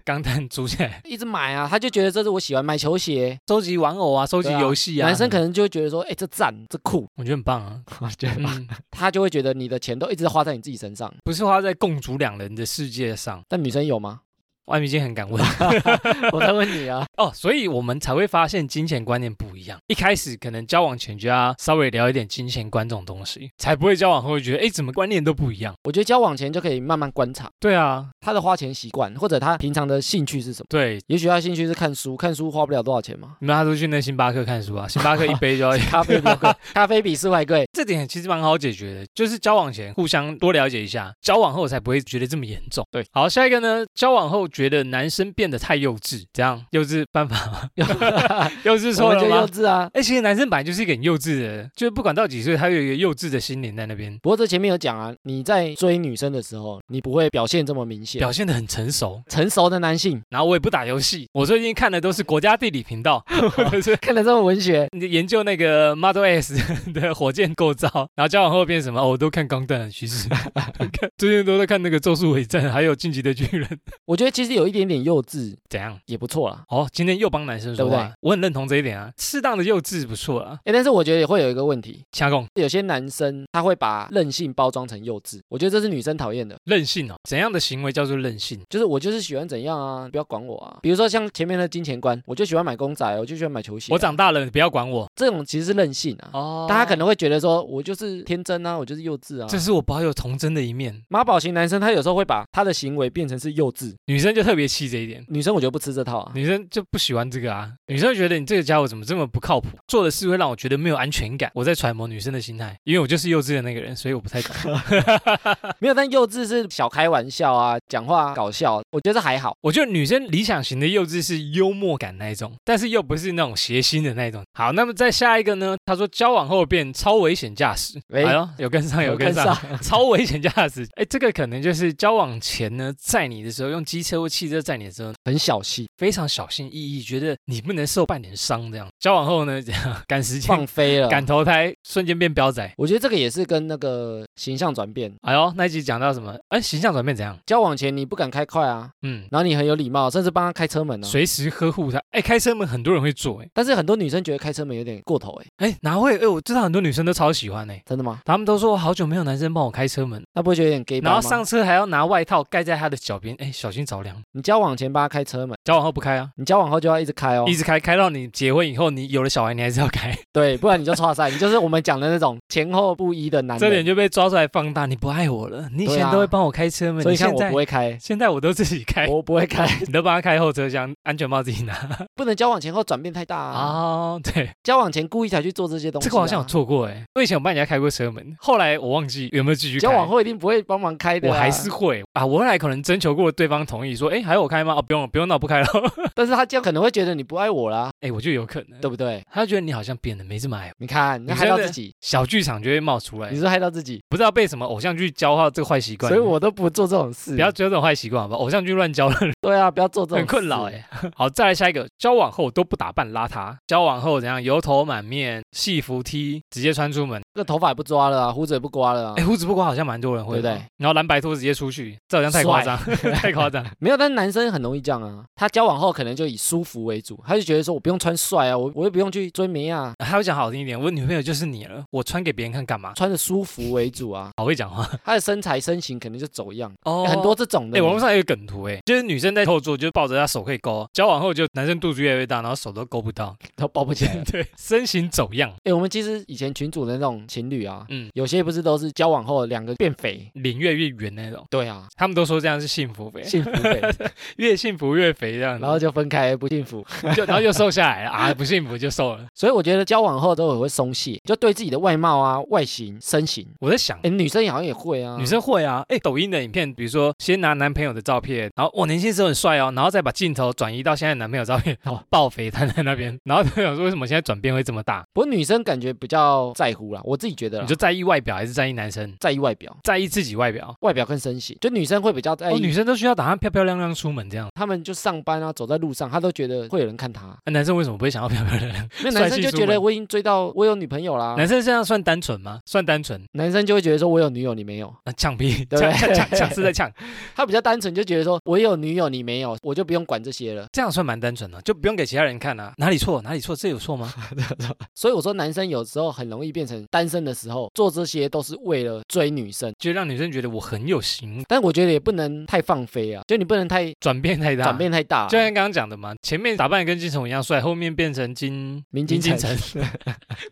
钢弹组起来，
一直买啊，他就觉得这是我喜欢买球鞋。
收集玩偶啊，收集
对啊
游戏啊，
男生可能就会觉得说，哎、这赞，这酷，
我觉得很棒啊，
我觉得
嗯，
他就会觉得你的钱都一直花在你自己身上。
不是花在共主两人的世界上。
但女生有吗？
外面已经很敢问
我在问你啊，
哦，所以我们才会发现金钱观念不一样。一开始可能交往前就要稍微聊一点金钱观这种东西，才不会交往后会觉得，哎，怎么观念都不一样？
我觉得交往前就可以慢慢观察
对啊，
他的花钱习惯，或者他平常的兴趣是什么。
对，，
也许他兴趣是看书，看书花不了多少钱嘛
你们他都去那星巴克看书 啊，星巴克一杯就要
咖啡比较贵，咖啡比书还贵。
这点其实蛮好解决的，就是交往前互相多了解一下，交往后才不会觉得这么严重。
对，
好，下一个呢，交往后觉得男生变得太幼稚，怎样？幼 稚 办法吗？幼稚
我
错
们
了
就幼
吗？
稚啊。
哎、其实男生本来就是一个很幼稚的人，就是不管到几岁，他有一个幼稚的心灵在那边，
不过这前面有讲啊，你在追女生的时候，你不会表现这么明显。
表现得很成熟。
成熟的男性
然后我也不打游戏，我最近看的都是国家地理频 道，或者是
看得这么文学，
研究那个 Model S 的火箭构造，然后交往后变什么？哦，我都看钢弹了，其实 最近都在看那个《咒术回战》，还有《进击的巨人》，
我觉得其实有一点点幼稚
怎样？
也不错啦。
哦，今天又帮男生说话，
对不对
我很认同这一点啊，适当的幼稚不错啊。
哎，但是我觉得也会有一个问题，
掐共
有些男生他会把任性包装成幼稚，我觉得这是女生讨厌的。
任性哦，怎样的行为叫做任性？
就是我就是喜欢怎样啊，你不要管我啊。比如说像前面的金钱观，我就喜欢买公仔，我就喜欢买球鞋啊、
我长大了，你不要管我
这种其实是任性啊。
哦
大家可能会觉得说，我就是天真啊，我就是幼稚啊。
这是我保有童真的一面，
妈宝型男生他有时候会把他的行为变成是幼稚，
女生就特别气这一点。
女生我觉得不吃这 套啊。
女生就不喜欢这个啊，女生觉得你这个家伙怎么这么不靠谱，做的事会让我觉得没有安全感。我在揣摩女生的心态，因为我就是幼稚的那个人，所以我不太懂。
没有，但幼稚是小开玩笑啊，讲话搞笑，我觉得这还好。
我觉得女生理想型的幼稚是幽默感那一种，但是又不是那种邪心的那一种。好，那么再下一个呢？他说交往后变超危险驾驶，
哎
哎呦，有跟上，有跟上，超危险驾驶。哎，这个可能就是交往前呢，载你的时候用机车或汽车载你的时候，
很 小气，
非常小心翼翼，觉得你不能受半点伤这样。交往后呢，这样赶时间
放。飞了。
赶投胎，瞬间变彪仔。
我觉得这个也是跟那个形象转变，
哎呦，那一集讲到什么？哎，形象转变怎样？
交往前你不敢开快啊，
嗯，
然后你很有礼貌，甚至帮他开车门啊。
随时呵护他。哎，开车门很多人会做，哎
但是很多女生觉得开车门有点过头哎、
哎，哪会？哎，我知道很多女生都超喜欢哎，
真的吗？
他们都说我好久没有男生帮我开车门，
那不会觉得有点 gay
然后
吗？
上车还要拿外套盖在他的脚边，哎，小心着凉。
你交往前帮他开车门，
交往后不开啊，
你交往后就要一直开哦
一。直开，开到你结婚以后，你有了小孩，你还是要 开，
对，不然你就错赛，你就是我们讲的那种前后不一的男
这点
人。
就被抓出来放大。你不爱我了，你以
对
前
啊
都会帮我开车门，
所以
你
你看
现
我
在哎
不会开，
现在我都自己开，
我不会开，
你都帮他开后车厢，安全帽自己拿。
不能交往前后转变太大 啊。
哦，对，
交往前故意才去做这些东西、啊
这个我好像有。做过哎、我以前有帮人家开过车门，后来我忘记有没有继续开。
交往后一定不会帮忙开的、
我还是，会啊，我后来可能征求过对方同意，说，哎，还有我开吗？哦，不用了，不用了，不开了。 哦
但是他这样可能会觉得你不爱我啦，
哎，我就有可能，
对不对？
他觉得你好像变得没这么爱我，
你看，你
你
害到
真的
自己，
小剧场就会冒出来
你，是害到自己，
不知道被什么偶像剧教化这个坏习惯。
所以我都不做这种事。
不要，追这种坏习惯，好吧？偶像剧乱教了，
对啊，不要做这种
很困扰
事
哎。 好，再来下一个，交往后都不打扮邋遢，交往后怎样油头满面、戏服 T 直接穿出门。
这个头发也不抓了啊，胡子也不刮了啊
哎，。胡子不刮好像蛮多人会的，
对不对
然后蓝白拖直接出去，这好像太夸张， 太夸张。
没有，但是男生很容易这样啊。他交往后可能就以舒服为主，他就觉得说我不用穿帅啊，我我又不用去追美啊，
还要讲好听一点，我女朋友就是你了，我穿给别人看干嘛？
穿的舒服为主 啊。
好会讲话
他的身材身形可能就走样，
哦
很多。这种
哎、
的。
网络上有一个梗图、哎，就是女生在后座就抱着她手可以勾，交往后就男生肚子越来越大，然后手都勾不到，
都包不起来了。
对，身形走样，
哎，我们其实以前群主的那种情侣啊，
嗯
有些不是都是交往后两个变肥？
脸越来越圆那种，
对啊，
他们都说这样是幸福肥，
幸福 肥，
越幸福越肥这样子，
然后就分开不幸福。
就然后就瘦下来了啊，不幸福就瘦了。
所以我觉得交往后都很会松懈，就对自己的外貌啊、外形、身形。
我在想。
哎，女生好像也会啊，
女生会啊，哎，抖音的影片，比如说先拿男朋友的照片，然后我年轻时候很帅哦，然后再把镜头转移到现在男朋友照片，
哦
爆肥摊在那边，然后就想说为什么现在转变会这么大？
不过女生感觉比较在乎啦，我自己觉得啦
你就在意外表还是在意男生？
在意外表。
在意自己外表？
外表跟身形，就女生会比较在
哦，
意
女生都需要打扮漂漂亮亮出门这样。
他们就上班啊，走在路上，他都觉得会有人看他。
那啊男生为什么不会想要漂漂亮亮？
那男生
帅气
就
出
觉得
门
我已经追到，我有女朋友啦。
男生这样算单纯吗？算单纯
男生就会觉得说我有女友，你没有。
啊，呛屁，
对不对
呛呛呛 呛是在呛，
他比较单纯，就觉得说我有女友，你没有，我就不用管这些了。
这样算蛮单纯的，就不用给其他人看啊。哪里错？哪里错？这有错 吗？
所以我说，男生有时候很容易变成单身的时候做这些，都是为了追女生。
就让女生觉得我很有型，
但我觉得也不能太放飞啊，就你不能太
转变太大，
转变太大、啊
就像刚刚讲的嘛，前面打扮得跟金城武一样帅，后面变成金
明金城
城，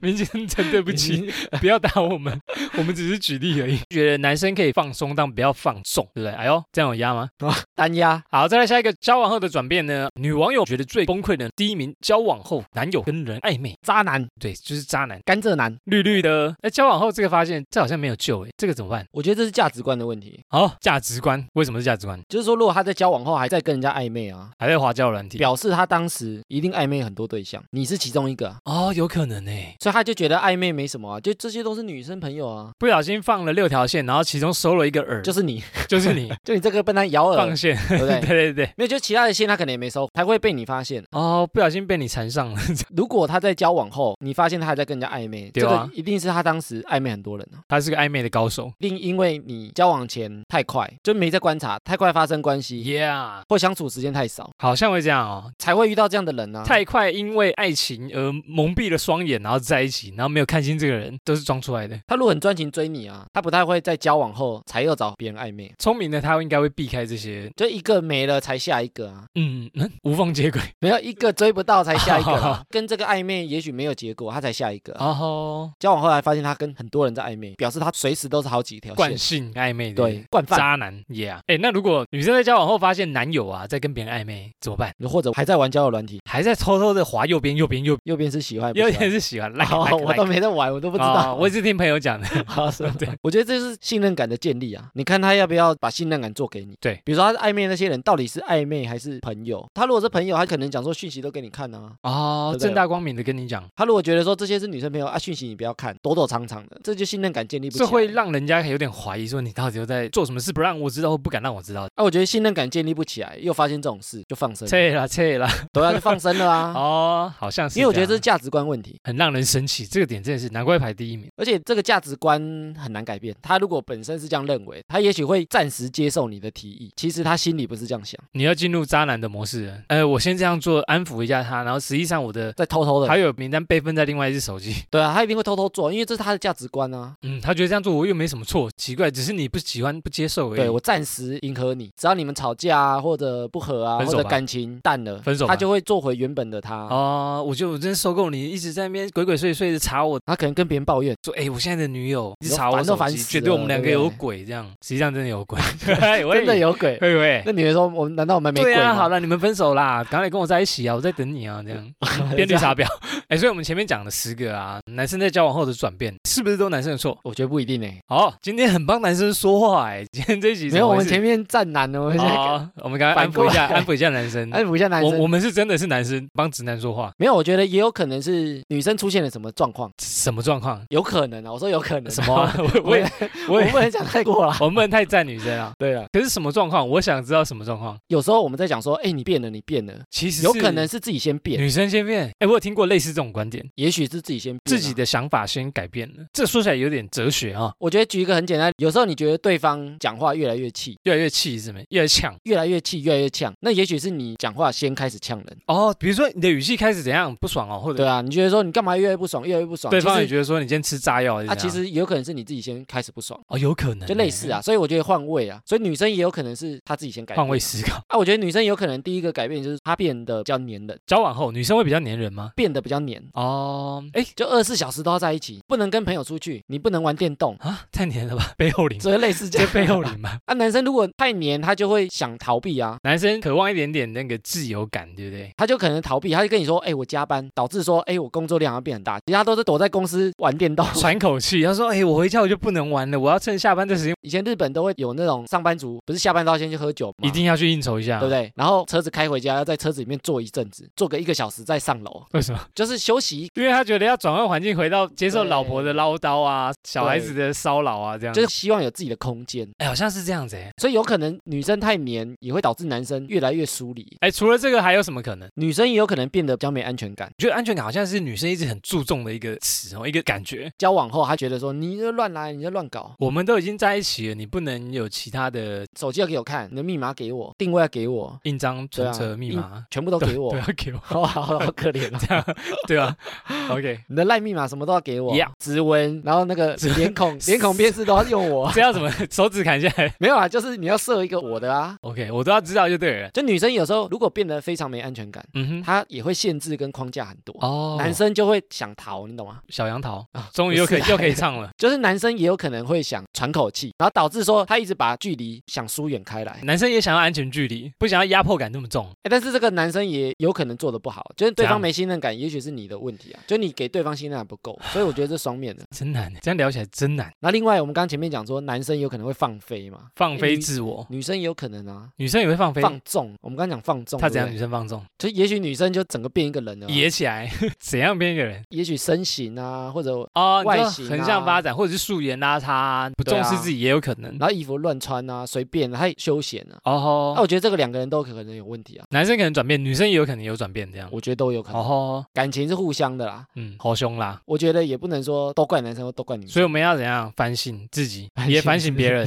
明金城，对不起，不要打我们，我们只是举例而已。觉得男生可以放松，但不要放纵，对不对？哎呦，这样有压吗？
单压。
好，再来下一个，交往后的转变呢？女网友觉得最崩溃的第一名，交往后男友跟人暧昧，
渣男、
对，就是渣男，
甘蔗男，
绿绿的。那交往后这个发现，这好像没有救哎，这个怎么办？
我觉得这是价值观的问题。
好，价值观，为什么是价值观？
就是说，如果他在交往后还在跟人家暧昧啊，
还在滑交友软体？
表示他当时一定暧昧很多对象，你是其中一个啊、
哦，有可能哎，
所以他就觉得暧昧没什么啊，就这些都是女生朋友啊，
不小心放了六条线，然后其中收了一个饵，
就是你，
就是你
就你这个笨蛋咬
放
饵，
线。
对不 对？
对对对，
没有，就其他的线他可能也没收，才会被你发现。
哦，不小心被你缠上了，
如果他在交往后，你发现他还在跟人家暧昧，
对
这
啊
个一定是他当时暧昧很多人啊。
他是个暧昧的高手。
一定因为你交往前太快，就没在观察，太快发生关系，
Yeah，
或相处时间太少，
好像会这样哦，
才会遇到这样的人啊。
太快因为爱情而蒙蔽了双眼，然后在一起，然后没有看清这个人，都是装出来的。
他如果很专情追你啊，他不太会在交往后才又找别人暧昧，
聪明的他应该会避开这些，
就一个没了才下一个啊，
嗯，嗯无缝接轨。
没有一个追不到才下一个
好
啦，跟这个暧昧也许没有结果，他才下一个啊、
然后
交往后来发现他跟很多人在暧昧，表示他随时都是好几条
惯
线，
性暧昧的
对，惯犯，
渣男，Yeah。哎，那如果女生在交往后发现男友啊在跟别人暧昧，怎么办？
或者还在玩交友软体，
还在偷偷的滑右边，右边，右边，
右边是喜欢，不
右
喜欢
边是喜欢，like
哦
like
我都
like。
没在玩，我都不
不
知道。
我也是听朋友 讲的。
好是
哦对
对，我觉得这是信任感的建立啊。你看他要不要把信任感做给你？
对，
比如说他暧昧的那些人，到底是暧昧还是朋友？他如果是朋友，他可能讲说讯息都给你看啊。
哦
对，不对
正大光明的跟你讲，
他如果觉得说这些是女生朋友啊，讯息你不要看，躲躲藏藏的，这就信任感建立不起
这
来。
会让人家有点怀疑，说你到底又在做什么事，不让我知道，或不敢让我知道。
啊，我觉得信任感建立不起来，又发现这种事就放生了，
对啦，对啦，
对啊，就放生了啊。
哦，好像是
因
样，
为我觉得这是价值观问题，
很让人生气，这个点真的是难怪排第一名。
而且这个价值观很难改变。他如果本身是这样认为，他也许会暂时接受你的提议，其实他心里不是这样想，
你要进入渣男的模式了，呃，我先这样做，安抚一下他，然后实际上我的
在偷偷的。
好友名单备份在另外一只手 机。
对啊，他一定会偷偷做，因为这是他的价值观啊。
嗯，他觉得这样做我又没什么错，奇怪，只是你不喜欢不接受而已。
对我暂时迎合你，只要你们吵架啊，或者不和啊，
分
或
手
者
吧
感情淡了，
分手吧
他就会做回原本的他。
哦，我就我真受够你一直在那边鬼鬼祟祟的查我，
他可能跟别人抱怨，
说哎、我现在的女友一直
你都
查我
烦都
手
烦
机，
死
觉得我们
了
两个
对不
有
对
鬼，这样实际上真的有 鬼，
真
真
的。有鬼。
喂喂，
那女人说：“我们难道我们没
对
鬼
啊，好
吗？”
了，你们分手啦，赶快跟我在一起啊，我在等你啊，这样 编绿 茶婊。哎，所以我们前面讲的十个啊，男生在交往后的转变，是不是都男生的错？
我觉得不一定诶。
好，今天很帮男生说话哎， 今天这一集
没有，我们
怎
前
么
面站男呢，我
回
们
事
现 在
哦，我们刚刚安
反过
抚一下，
来
安抚一下男生。
安抚一下男
我我
生。
们是真的是男生帮直男说话，
没有，我觉得也有可能是女生出现了什么状况，
什么状况？
有可能啊。我说有可能啊，
什么啊？ 我
我
我也
也
我
我
也
不能讲太过了。
我们不能太赞女生啊。
对了，
可是什么状况？我想知道什么状况。
有时候我们在讲说：“哎，你变了，你变了。”
其实
有
是
可能是自己先变，
女生先变。哎，我有听过类似这种观点，
也许是自己先变啊
自己的想法先改变了。这说起来有点哲学啊。
我觉得举一个很简单，有时候你觉得对方讲话越来越气，
越来越气是没，越来越呛
越来越气，越来越呛，那也许是你讲话先开始呛人。
哦。比如说你的语气开始怎样不爽哦，或者
对啊，你觉得说你干嘛越来越不爽，越来越不爽，
对方
其
也
实
觉得说你今天吃炸药还是
啊，
怎样，
其实有可能是你自己先开始不爽，
哦有可能
就类似啊，所以我觉得换位啊，所以女生也有可能是她自己先改
欸。
变
换位思考，
啊，我觉得女生有可能第一个改变就是她变得比较黏人，
交往后女生会比较黏人吗？
变得比较黏。
哦，哎
就二十四小时都要在一起，不能跟朋友出去，你不能玩电动，
啊，太黏了吧， 背后灵，
所以类似这
这
样。
背后 灵吧。
啊，男生如果太黏，他就会想逃避啊，
男生渴望一点点那个自由感，对不对？
他就可能逃避，他就跟你说，哎、我加班，导致说，哎、我工作量要变很大，其他都是躲在公司玩电动。
喘口气，他说：“哎、我回家我就不能玩了，我要趁下班的时间，
以前日本都会有那种上班族，不是下班都要先去喝酒吗？
一定要去应酬一下，
对不对？然后车子开回家，要在车子里面坐一阵子，坐个一个小时再上楼，
为什么？
就是休息，
因为他觉得要转换环境，回到接受
对
老婆的唠叨啊，小孩子的骚扰啊，这样
就是希望有自己的空间。
哎、好像是这样子哎、
所以有可能女生太眠也会导致男生越来越疏离，
哎，除了这个还有什么可能？
女生也有可能变得比较没安全感。
我觉得安全感好像是女生一直很注重的一个词哦，一个感觉。
交往后，她觉得说你这乱来，你这乱搞，
我们都已经在一起了，你不能有其他的
手机要给我看，你的密码给我，定位要给我，
印章、
对
存
啊
折、密
印
码，
全部都 给我
都。要给我，
好好好可怜啊！
对 啊 ，OK，
你的赖密码什么都要给我
Yeah，
指纹，然后那个
指纹
脸孔脸孔辨识都要用我。
这要怎么手指砍下来
没有啊，就是你要设一个我的啊。
？OK，我都要知道就对了。
就女生有时候如果变得非常没安全感，
嗯哼，
她也会限制跟框架很多。
哦，
男生就会想逃，你懂吗？
小杨桃
啊
终于又可以
不是啊
又可以唱了。
就是男生也有可能会想喘口气，然后导致说他一直把距离想疏远开来。哎，
男生也想要安全距离，不想要压迫感那么重。
但是这个男生也有可能做的不好，就是对
怎样
方没信任感，也许是你的问题啊，就你给对方信任感不够，所以我觉得这双面的。
真难，欸这样聊起来真难，
那另外我们刚刚前面讲说，男生有可能会放飞嘛，
放
哎
飞
你
自我，
女生也有可能啊。
女生也会放飞。
放纵，我们刚刚讲放纵，
她怎样？
对
女
不对？
生放纵，
就也许女生就整个变一个人了啊，
野起来， 怎样变一个人？
也许身形啊，或者
哦，你
外
说
形
横向发
啊
展，或者是素颜邋遢啊，不
对
重视
啊
自己也有可能。
然后衣服乱穿啊，随便啊，还休闲啊。
嗯哦
那、
吼，
我觉得这个两个人都可能有问题啊，
男生可能转变，女生也有可能有转变，这样。
我觉得都有可能，
哦吼，
感情是互相的啦。
嗯，好凶啦。
我觉得也不能说都怪男生或都怪女
所
生，
以我们要怎样反省自己，也反省别人。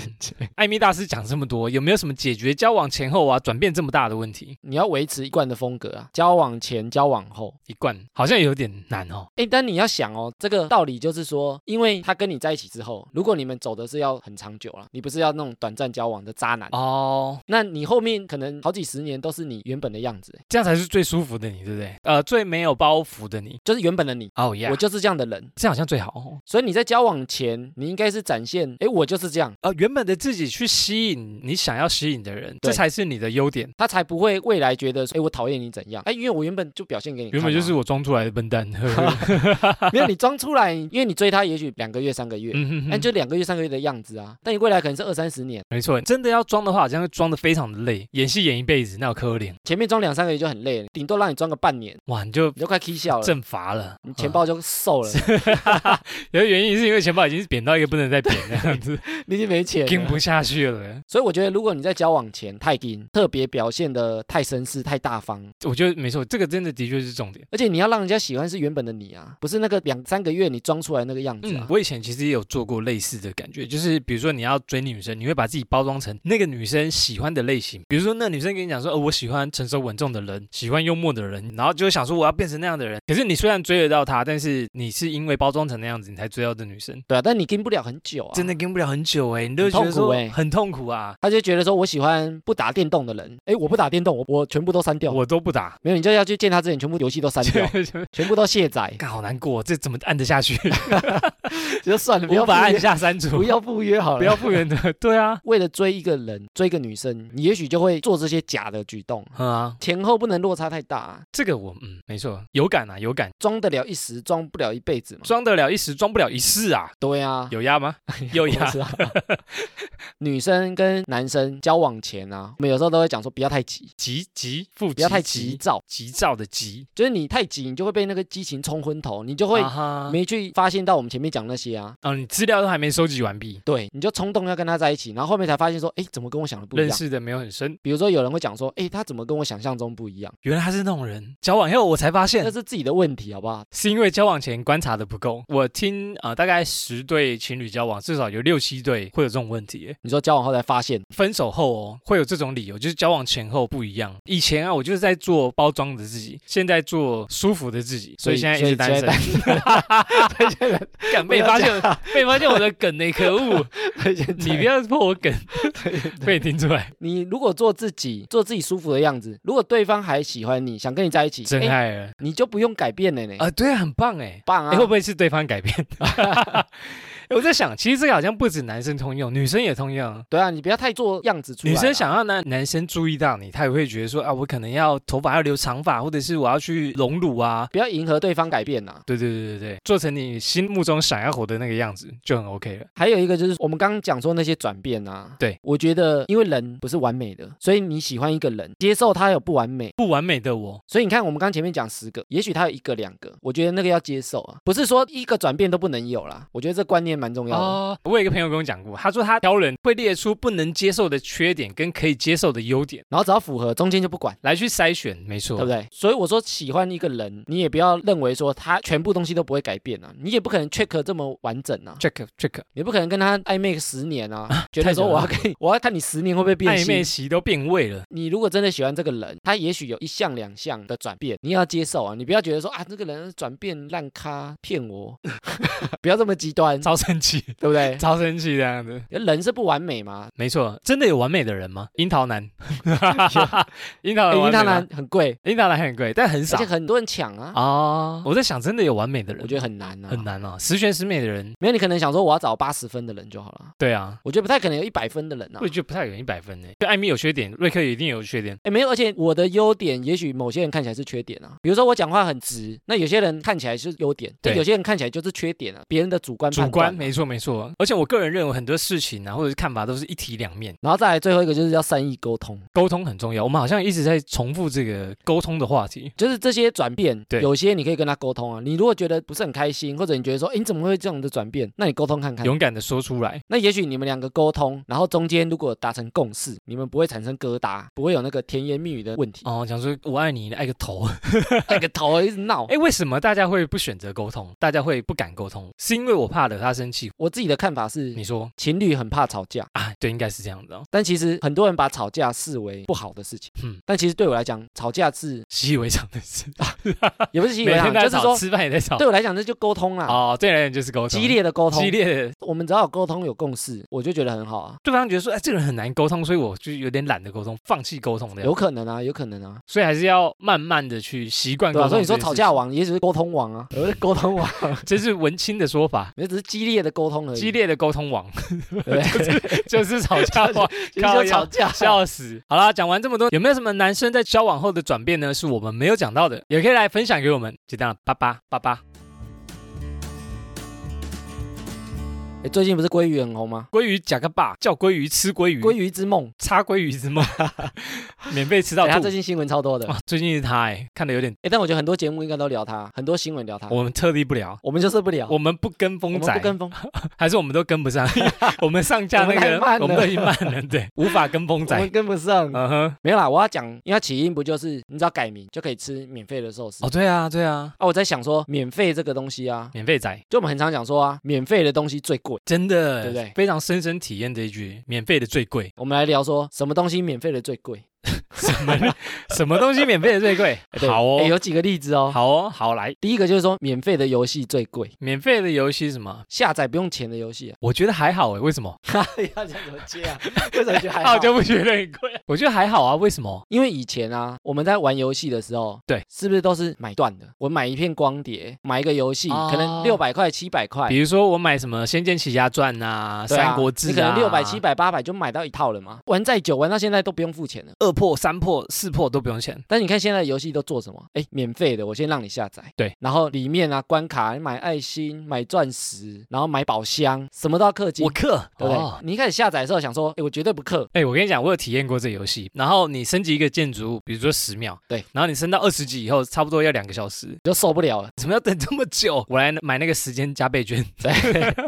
艾米大师讲这么多，有没有什么解决交往前后啊转变这么大的问题？
你要维持一贯的风格啊，交往前、交往后。
一贯好像有点难哦。
哎，但你要想哦，这个道理就是说，因为他跟你在一起之后，如果你们走的是要很长久了，你不是要那种短暂交往的渣男，
哦，
那你后面可能好几十年都是你原本的样子，欸
这样才是最舒服的你，对不对？呃，最没有包袱的你。
就是原本的你，
哦呀
我，就是这样的人。
这样好像最好哦。
所以你在交往前，你应该是展现，哎，我就是这样，
呃，原本的自己去吸引你想要吸引的人，这
对
才是你的优点。
他才不会未来觉得，哎，我讨厌你怎样？哎，因为我原本就表现给你看
原
啊、
本就是我装出来的笨 蛋。呵呵
没有你装出来，因为你追他也许两个月、三个月，
嗯哼哼
那、就两个月、三个月的样子啊，但你未来可能是二三十年，
没错，真的要装的话，好像会装的非常的累，演戏演一辈子，那有可怜
前面装两三个月就很累了，顶多让你装个半年，
哇，你就
你就快 K 笑了。
正乏了，
你钱包就瘦了，
有原因是因为钱包已经扁到一个不能再扁那样 子，
你已经没钱
跟
了。
不下去了。
所以我觉得，如果你在交往前太硬，特别表现的太绅士、太大方，
我觉得没错，这个真的的确是重点。
而且你要让人家喜欢是原本的你啊，不是那个两三个月你装出来那个样子
嗯
啊，。
我以前其实也有做过类似的感觉，就是比如说你要追女生，你会把自己包装成那个女生喜欢的类型，比如说那女生跟你讲说，哦，我喜欢成熟稳重的人，喜欢幽默的人，然后就想说我要变成那样的人。可是你虽然追得到她，但是你是因为包装成那样子，你才追到这女生，
对啊，但你跟不了很久啊，
真的跟不了很久哎、你都
很
觉
痛
得说
苦欸
很痛苦啊，
他就觉得说我喜欢不打电动的人，哎，我不打电动，我我全部都删掉，
我都不打，
没有，你就要去见他之前，全部游戏都删掉， 全部都卸载，
看好难过，这怎么按得下 去？
就算了，不
我
要
把它
赴
按
约
下删除，
不要赴约好了，
不要复原 的，对啊，
为了追一个人，追一个女生，你也许就会做这些假的举动，
嗯啊，
前后不能落差太大、啊，
这个我嗯没错，有感啊有感，
装得了一时，装不了一辈子嘛。
装得了一时，装不了一世啊，
对啊，
有压吗？ 有
我
压
知，道。女生跟男生交往前啊，我们有时候都会讲说不要太急，
急急复
不要
急
太急
急
躁，
急躁的急，
就是你太急，你就会被那个激情冲昏头，你就会
啊哈，
没去发现到我们前面讲那些啊。
哦，你资料都还没收集完毕，
对，你就冲动要跟他在一起，然后后面才发现说，哎，怎么跟我想的不一
认
样？
识的没有很深，
比如说有人会讲说，哎，他怎么跟我想象中不一样？
原来他是那种人，交往后我才发现
那。是自己的问题，好不好？
是因为交往前观察的不够，我听啊、呃大概十对情侣交往，至少有六七对会有这种问题耶。
你说交往后才 发现，
分手后哦，会有这种理由，就是交往前后不一样。以前啊，我就是在做包装的自己，现在做舒服的自己，所以现在一直单身。敢 被发现，被发现我的梗呢、可 恶！你不要破我梗，被你听出来，
你如果做自己，做自己舒服的样子，如果对方还喜欢你，想跟你在一起，
真
诶
爱了啊、
你就不用改变了呢。
对啊，很棒哎、
棒
哎、
啊！
会不会是对方改 变？哎我在想，其实这个好像不止男生通用，女生也通用。
对啊，你不要太做样子出来
女
啦。
生想要男男生注意到你，她也会觉得说啊，我可能要头发要留长发，或者是我要去隆乳啊，
不要迎合对方改变啊呐、
对对对对对，做成你心目中想要活的那个样子就很 OK 了。
还有一个就是我们刚刚讲说那些转变啊，
对
我觉得因为人不是完美的，所以你喜欢一个人，接受他有不完美。
不完美的我，
所以你看，我们刚前面讲十个，也许他有一个两个，我觉得那个要接受啊，不是说一个转变都不能有啦。我觉得这观念蛮蛮重要的。
哦，我有一个朋友跟我讲过，他说他挑人会列出不能接受的缺点跟可以接受的优点
然后只要符合，中间就不管。
来去筛选，没错，
对不对？所以我说喜欢一个人，你也不要认为说他全部东西都不会改变啊，你也不可能 check 这么完整啊，
？Check check，
你不可能跟他暧昧十年啊，觉
太
得说
久了
我要跟你，我要看你十年会不会变
暧昧
心。
期都变味了。
你如果真的喜欢这个人，他也许有一项两项的转变，你也要接受啊，你不要觉得说啊这个人转变烂咖骗我， 不要这么极端，
超生 气，
对不对？
超生气这样子。
人是不完美嘛，
没错，真的有完美的人吗？樱桃男，樱桃
哎
男完美吗，
樱桃男很贵，
樱桃男很贵，但很
而
少
且很多人抢啊，
哦。我在想，真的有完美的人吗，
我觉得很难啊，
很。难哦，十全十美的人，
没有，你可能想说我要找八十分的人就好了，
对啊，
我觉得不太可能有一百分的人啊
我。觉得不太有一百分呢。就艾米有缺点，瑞克也一定有缺点。
哎，没有，而且我的优点，也许某些人看起来是缺点啊。比如说我讲话很直，那有些人看起来是优点，
对
但有些人看起来就是缺点啊。别人的主观
主
判断
观
啊。
没错没错，而且我个人认为很多事情啊，或者是看法都是一体两面，
然后再来最后一个就是要善意沟通，
沟通很重要。我们好像一直在重复这个沟通的话题。
就是这些转变，
对
有些你可以跟他沟通啊。你如果觉得不是很开心，或者你觉得说，哎，你怎么会有这样的转变？那你沟通看看。
勇敢的说出来，
那也许你们两个沟通，然后中间如果达成共识，你们不会产生疙瘩，不会有那个甜言蜜语的 问题。
哦，讲说我爱你，你爱个 头。
那个头一直闹。
哎，为什么大家会不选择沟通？大家会不敢沟通，是因为我怕惹他生气。
我自己的看法是
你，说
情侣很怕吵架，
啊，对，应该是这样的、哦，
但其实很多人把吵架视为不好的事情。
嗯
嗯，但其实对我来讲，吵 架是
习以为常的事。
也不 是习以
每
为
天
常，
在
就是
吵，
说
吃饭也在吵。
对我来讲，这就沟通啦，
哦，对人就是沟通，
激烈的沟通
激。烈的，
我们只要有沟通有共识，我就觉得很好啊。
对方觉得说，哎，这个人很难沟通，所以我就有点懒得沟通，放弃沟通的。
有可能啊，有可能啊，
所以还是要慢慢的去习惯沟
对吧、
通。
啊所以你说吵架，王，也只是沟通 王啊，我是沟通王，
这是文青的说法。
也只是激烈的沟通而已。
激，烈的沟通 网
对，
就是吵架网，
其实 就吵架。
笑死！好啦，讲完这么多，有没有什么男生在交往后的转变呢？是我们没有讲到的，也可以来分享给我们。就这样，八八八八。
诶欸最近不是鲑鱼很红吗？
鲑鱼夹个霸，叫鲑鱼吃鲑鱼，
鲑鱼之梦，
插鲑鱼之梦， 免费吃到
哎他
吐
最。近新闻超多的，
哇，最近是他哎、看的有点，
哎，但我觉得很多节目应该都聊他，很多新闻聊他，
我们特地不聊。
我们就是不聊，
我们不跟
哦我
风
们
仔，
不跟风，
还是我们都跟 不上，我们上架那个
我们太慢了
我们都已经慢了，对，无法跟风
我们
仔。
跟不上。
嗯哼，
没有啦，我要讲，因为它起因不就是你只要改名就可以吃免费的寿司
哦，对啊，对啊，
啊？我在想说，免费这个东西啊，
免费仔，
就我们很常讲说啊，免费的东西最贵。
真的，
对不对
非常深深体验这一句，免费的最贵，
我们来聊说什么东西免费的最贵？
什么什么东西免费的最贵？
哎对
好
哎
哦，
有几个例子哦。
好哦，好来，
第一个就是说免费的游戏最贵，
免费的游戏是什么？
下载不用钱的游戏、啊。
我觉得还好 哎，为什么？
要讲怎么接 啊？为什么觉得还
那
好
我？就不觉得很贵，我觉得还好啊，为什么？
因为以前啊，我们在玩游戏的时候，
对，
是不是都是买断的？我买一片光碟，买一个游戏，
哦
可能六百块、七百块，
比如说我买什么《仙剑奇侠传》啊，《
哎对啊
三国志》啊，
你可能六百、七、百、八百就买到一套了嘛。玩再久，玩到现在都不用付钱了。
二破、三破、四破都不用钱。
但是你看现在的游戏都做什么？哎，免费的，我先让你下载。
对，
然后里面啊，关卡你买爱心、买钻石，然后买宝箱，什么都要氪金
我，氪，
对不对？
哦
你一开始下载的时候想说，哎，我绝对不氪，
哎、我跟你讲，我有体验过这游戏。然后你升级一个建筑物，比如说十秒，
对，
然后你升到二十级以后，差不多要两个小时。
就受不了了。
怎么要等这么久？我来买那个时间加倍券，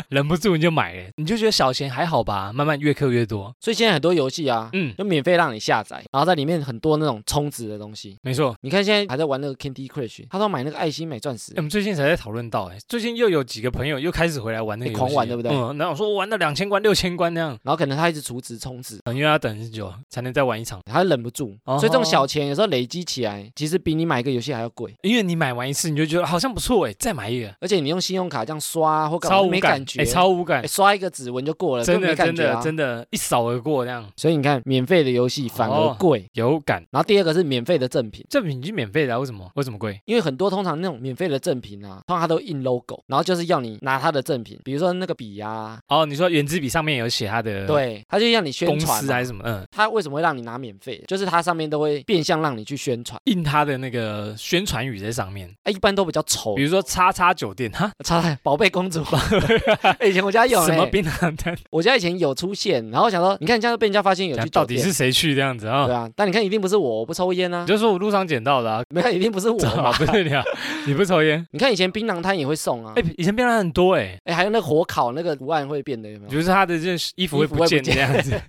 忍不住你就买了，你就觉得小钱还好吧，慢慢越氪越多。
所以现在很多游戏啊，
嗯，
就免费让你下载，然后在里面很多那种充值的东西。
没错。
你看现在还在玩那个 Candy Crush，他都买那个爱心买钻石
哎我，们最近才在讨论到、哎，最近又有几个朋友又开始回来玩那个游戏，
哎狂玩对不对
嗯，然后我说我玩到两千关、六千关那样，
然后可能他一直储值充值，
嗯因为要等很久才能再玩一场，
他忍不住，
哦
所以这种小钱有时候累积起来，其实比你买一个游戏还要贵。
因为你买完一次你就觉得好像不错哎、再买一个，
而且你用信用卡这样刷啊或干嘛
超
都
无
没
感
感觉，
哎、超无感
哎，刷一个指纹就过了，
真
根本
的
没
真
感觉
的
啊。
真的，一扫而过那样，
所以你看，免费的游戏反而
哦
贵。
有感。
然后第二个是免费的赠品，
这品是免费的、啊，为什么？为什么贵？
因为很多通常那种免费的赠品啊，通常它都印 logo，然后就是要你拿它的赠品，比如说那个笔啊，
哦，你说原子笔上面有写它的
对，它就让你宣
啊公
传啊
司
嘛。
还是什么？嗯，
它为什么会让你拿免费？就是它上面都会变相让你去宣传，
印它的那个宣传语在上面，
哎，一般都比较丑
比。如说叉叉酒店哈，
超太宝贝公主， 哎以前我家有
什么
呢，
槟榔摊，
我家以前有出现，然后想说，你看这样就被人家发现有
讲
去
到
酒
底
店，
是谁去这样子啊、
对啊，但你你看一定不是我，我不抽烟啊
你，就说我路上捡到的啊，
没有一定不是我
啊
嘛。
不 是你 啊，你不抽烟？
你看以前槟榔摊也会送啊
哎、，以前变人很多哎、
哎，还有那个火烤那个图案会变的有没有？
就是他的这衣服会不
嗯衣
见
服会
这
不见
样 子。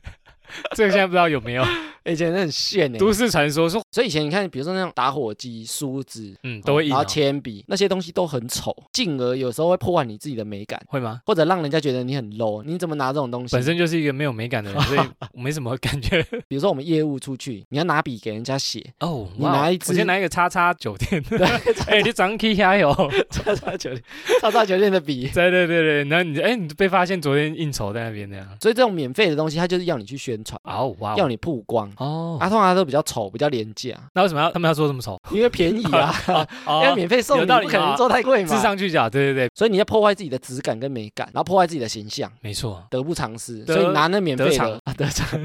这个现在不知道有没有
哎以前很炫哎，
都市传说说，
所以以前你看，比如说那种打火机、梳子，
嗯，都会印、
然后
哦，
铅笔那些东西都很丑，进而有时候会破坏你自己的美感，
会吗？
或者让人家觉得你很 low。你怎么拿这种东西
本？身就是一个没有美感 的人，所以我没什么感觉。
比如说我们业务出去，你要拿笔给人家 写，
哦，
你
哇
拿一
我
支
先拿一个叉叉酒店，
对，
哎、你长 K 加油！
叉叉酒店，叉叉酒店的笔。
对对对对，然后你哎、你被发现昨天应酬在那边那样，
所以这种免费的东西，它就是要你去宣传，
哦哇
要
哦，
你曝光。
哦，啊
啊，通常都比较丑，比较廉价，
那为什么要他们要说这么 丑？
因为便宜啊，因为
哦，
免费送
有
你
道理
不可能
啊
做太贵嘛
智。商去讲，对对对，
所以你要破坏自己的质感跟美感，然后破坏自己的形象。
没错，
得不偿失，
得
所以拿那免
得
费
偿
的啊，得偿，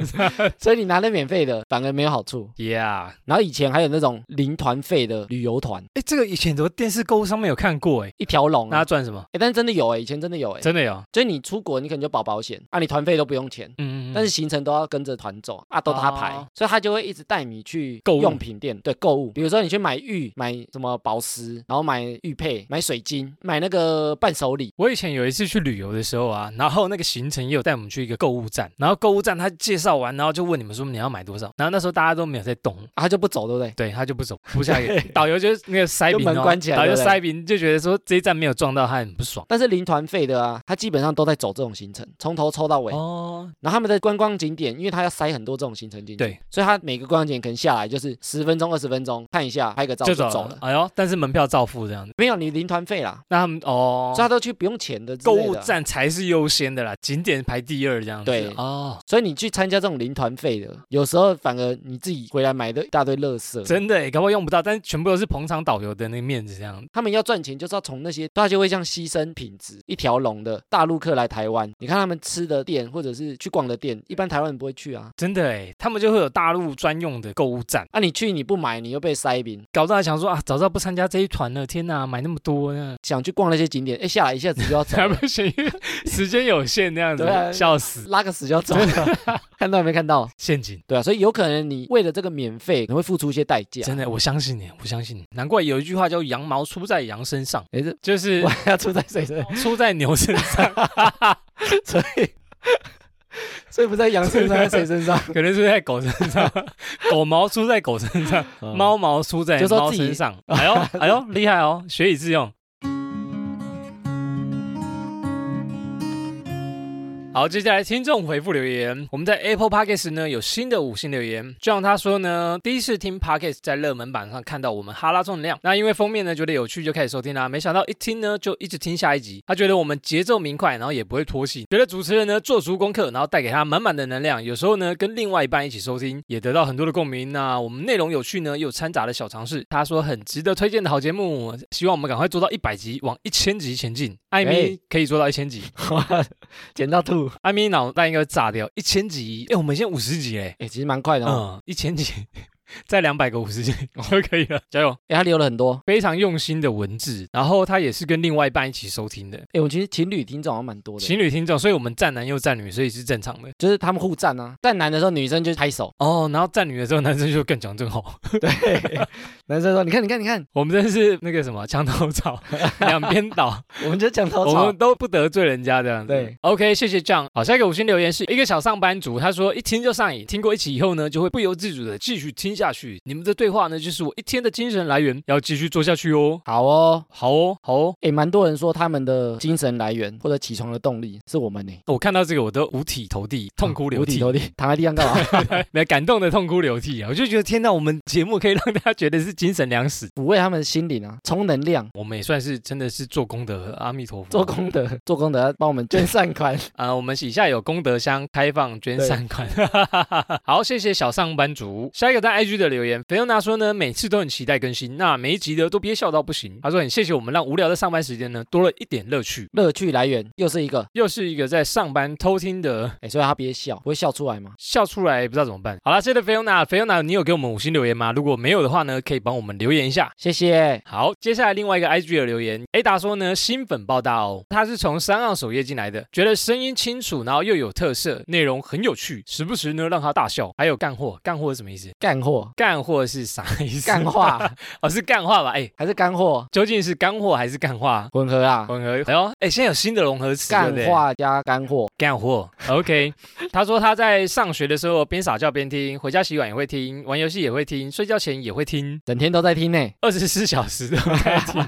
所以你拿那免费的反而没有好处。
，Yeah，哎、
然后以前还有那种零团费的旅游团，
这个以前怎么电视购物上面有看过哎、
一条龙
那
啊
他，赚什么？
哎，但是真的有哎，以前真的有哎，
真的有，
所以你出国你可能就保保险啊，你团费都不用钱。
嗯，嗯嗯
但是行程都要跟着团走啊，都他排，
哦
所以他就会一直带你去
购物
用品店，对购物，比如说你去买玉，买什么宝石，然后买玉佩，买水晶，买那个伴手礼，
我以前有一次去旅游的时候啊，然后那个行程也有带我们去一个购物站，然后购物站他介绍完，然后就问你们说你要买多少，然后那时候大家都没有在动，
啊、他就不走，对不对？
对他就不走，不下一个导游就是那个塞
就
饼、哦，
门关起来
导游
对不对
塞饼就觉得说这一站没有撞到他很不爽。
但是零团费的啊，他基本上都在走这种行程，从头抽到尾。
哦，
然后他们的观光景点，因为他要塞很多这种行程进去，
对，
所以他每个观光景点可能下来就是十分钟、二十分钟看一下，拍个照
就
就
走
走
了
了。。
哎呦，但是门票照付这样子，
没有你零团费啦，
那他们哦
所以，他都去不用钱的之
购
类的啊
物站才是优先的啦，景点排第二这样子。
对
哦，
所以你去参加这种零团费的，有时候反而你自己回来买的一大堆垃圾。
真的耶，搞不好用不到，但是全部都是捧场导游的那个面子这样。
他们要赚钱，就是要从那些，他就会这样牺牲品质，一条龙的大陆客来台湾，你看他们吃的店或者是去逛的店，一般台湾人不会去啊。
真的哎，他们就会有大陆专用的购物站。
啊，你去你不买，你又被塞饼，
搞到还想说啊，早知道不参加这一团了，天哪，买那么多 呢，
想去逛那些景点，哎，下来一下子就 要走
还，
了
不行，因为时间有限那样子
对，啊
笑死，
拉个屎就要走了， 看到没看到？
陷阱。
对啊，所以有可能你为了这个免费，你会付出一些代价。
真的，我相信你，我相信你。难怪有一句话叫“羊毛出在羊身上
哎，这”，
就是
我还要出在谁身？
出在牛身上，
所以所以不在羊身上，在谁身上？
可能是在狗身上， 狗毛出在狗身上， 猫毛出在
嗯就说
猫
自己
身上。哎呦，哎呦，厉害哦，学以致用。好，接下来听众回复留言，我们在 Apple Podcast 呢有新的五星留言，就像他说呢，第一次听 Podcast 在热门榜上看到我们哈拉重量，那因为封面呢觉得有趣就开始收听啊啦，没想到一听呢就一直听下一集，他觉得我们节奏明快，然后也不会拖戏，觉得主持人呢做足功课，然后带给他满满的能量，有时候呢跟另外一半一起收听，也得到很多的共鸣。那我们内容有趣呢，又掺杂了小尝试，他说很值得推荐的好节目，希望我们赶快做到一百集，往一千集前进。艾米
哎
可以做到一千集，
捡到吐。
艾米脑袋应该炸掉，一千集，哎、我们现在五十集嘞，
哎、其实蛮快的哦。
嗯，哦一千集， 再两百个五十集就可以了，加油！
哎、他留了很多。
非常用心的文字，然后他也是跟另外一半一起收听的
哎、我其实情侣听众好像蛮多的，
情侣听众，所以我们站男又站女，所以是正常的
就是他们互赞啊，站男的时候女生就拍 手，
哦。然后站女的时候，男生就更讲正好，
男生说你看你看你看，
我们真是那个什么墙头草， 两边倒。
我们就讲头
我
草
们。都不得罪人家这样子。
哦对
，OK，谢谢 John。好，下一个五星留言是一个小上班族，他说一听就上瘾，听过一期以后呢，就会不由自主的继续听下去。你们的对话呢，就是我一天的精神来源，要继续做下去哦。
好哦，
好哦，好哦，
哎、蛮多人说他们的精神来源或者起床的动力是我们呢、
哦
啊
我看到这个我都五体投地，痛哭流
五体
涕，
投地，躺在地上干 嘛？
没感动的痛哭流涕啊！我就觉得天哪，我们节目可以让大家觉得是精神粮食，
抚慰他们的心灵啊，充能量，
我们也算是真的是做功德，阿弥陀佛，
做功德， 做功德，帮我们捐善款。
啊、我们以 下有功德箱开放捐善款，好，谢谢小上班族。下一个在 IG 的留言，菲欧娜说呢，每次都很期待更新，那每一集呢都憋笑到不行。她说很谢谢我们，让无聊的上班时间呢多了一点乐趣。
乐趣来源又是一个，
又是一个在上班偷听的，
哎，所以他憋笑，不会笑出来吗？
笑出来不知道怎么办。好啦，谢谢菲欧娜，菲欧娜，你有给我们五星留言吗？如果没有的话呢，可以帮我们留言一下。
谢谢，
好，接下来另外一个 IG 的留言，A 达说呢，新粉报大哦，他是从三岸首页进来的，觉得声音清楚，然后又有特色，内容很有趣，时不时呢让他大笑，还有干货，干货是什么意思？
干货，
干货是啥意思？
干话
哦，是干话吧？哎，
还是干货
究竟是干货还是干话？
混合啊，
混合，哎呦，哎，现在有新的融合词，对
干
不对
话加干货，
干货。OK，他说他在上学的时候边撒娇边听，回家洗碗也会听，玩游戏也会听，睡觉前也会听，
整天都在听呢。
二十四 小时都在听。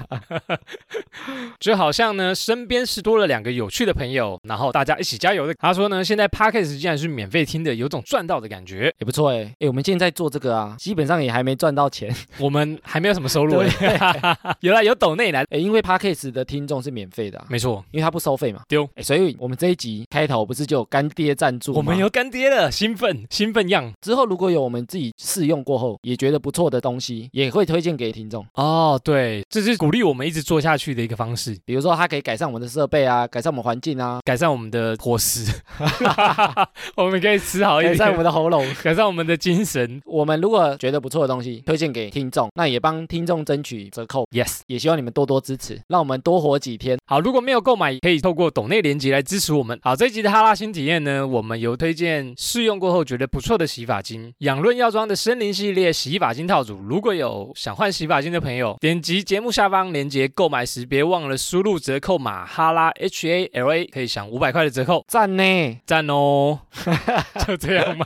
就好像呢，身边是多了两个有趣的朋友，然后大家一起加油的。他说呢，现在 Podcast 竟然是免费听的，有种赚到的感觉。
也不错哎，哎，我们现在做这个啊，基本上也还没赚到钱，
我们还没有什么收入欸，
啊
有啦，有抖内来，
哎，因为 Podcast 的听众是免费的、啊，
没错，
因为它不收费嘛，
丢
哎，所以我们这一集开头不是就有干爹赞助吗？
我们有干爹了，兴奋兴奋样。
之后如果有我们自己试用过后也觉得不错的东西，也会推荐给听众。
哦，对，这是鼓励我们一直做下去的一个方式，
比如说，它可以改善我们的设备啊，改善我们环境啊，
改善我们的伙食， 我们可以吃好一
改
点，
善我 们的喉咙。
改善我们的精神。
我们如果觉得不错的东西，推荐给听众，那也帮听众争取折扣，
Yes，
也希望你们多多支持，让我们多活几天。
好，如果没有购买，可以透过抖内连接来支持我们。好，这一集的哈拉新体验呢，我们有推荐试用过后觉得不错的洗发精，养润药妆的森林系列洗发精套组。如果有想换洗发精的朋友，点击节目下方链接购买时，别忘了输入折扣码哈拉 H A L A，可以享五百块的折扣。
赞呢！
赞哦， 就这样 吧。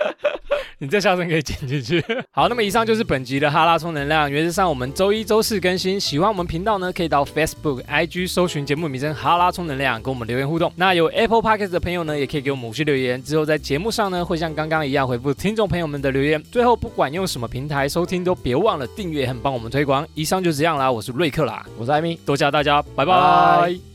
你这笑声可以剪进去。好，那么以上就是本集的哈拉充能量。原则上我们周一、周四更新。喜欢我们频道呢，可以到 Facebook、IG 搜寻节目名称“哈拉充能量”，跟我们留言互动。那有 Apple Podcast 的朋友呢，也可以给我们五星留言。之后在节目上呢，会像刚刚一样回复听众朋友们的留言。最后，不管用什么平台收听，都别忘了订阅和帮我们推广。以上就这样啦，我是瑞克啦，
我是艾米。
多谢大家，拜拜。
拜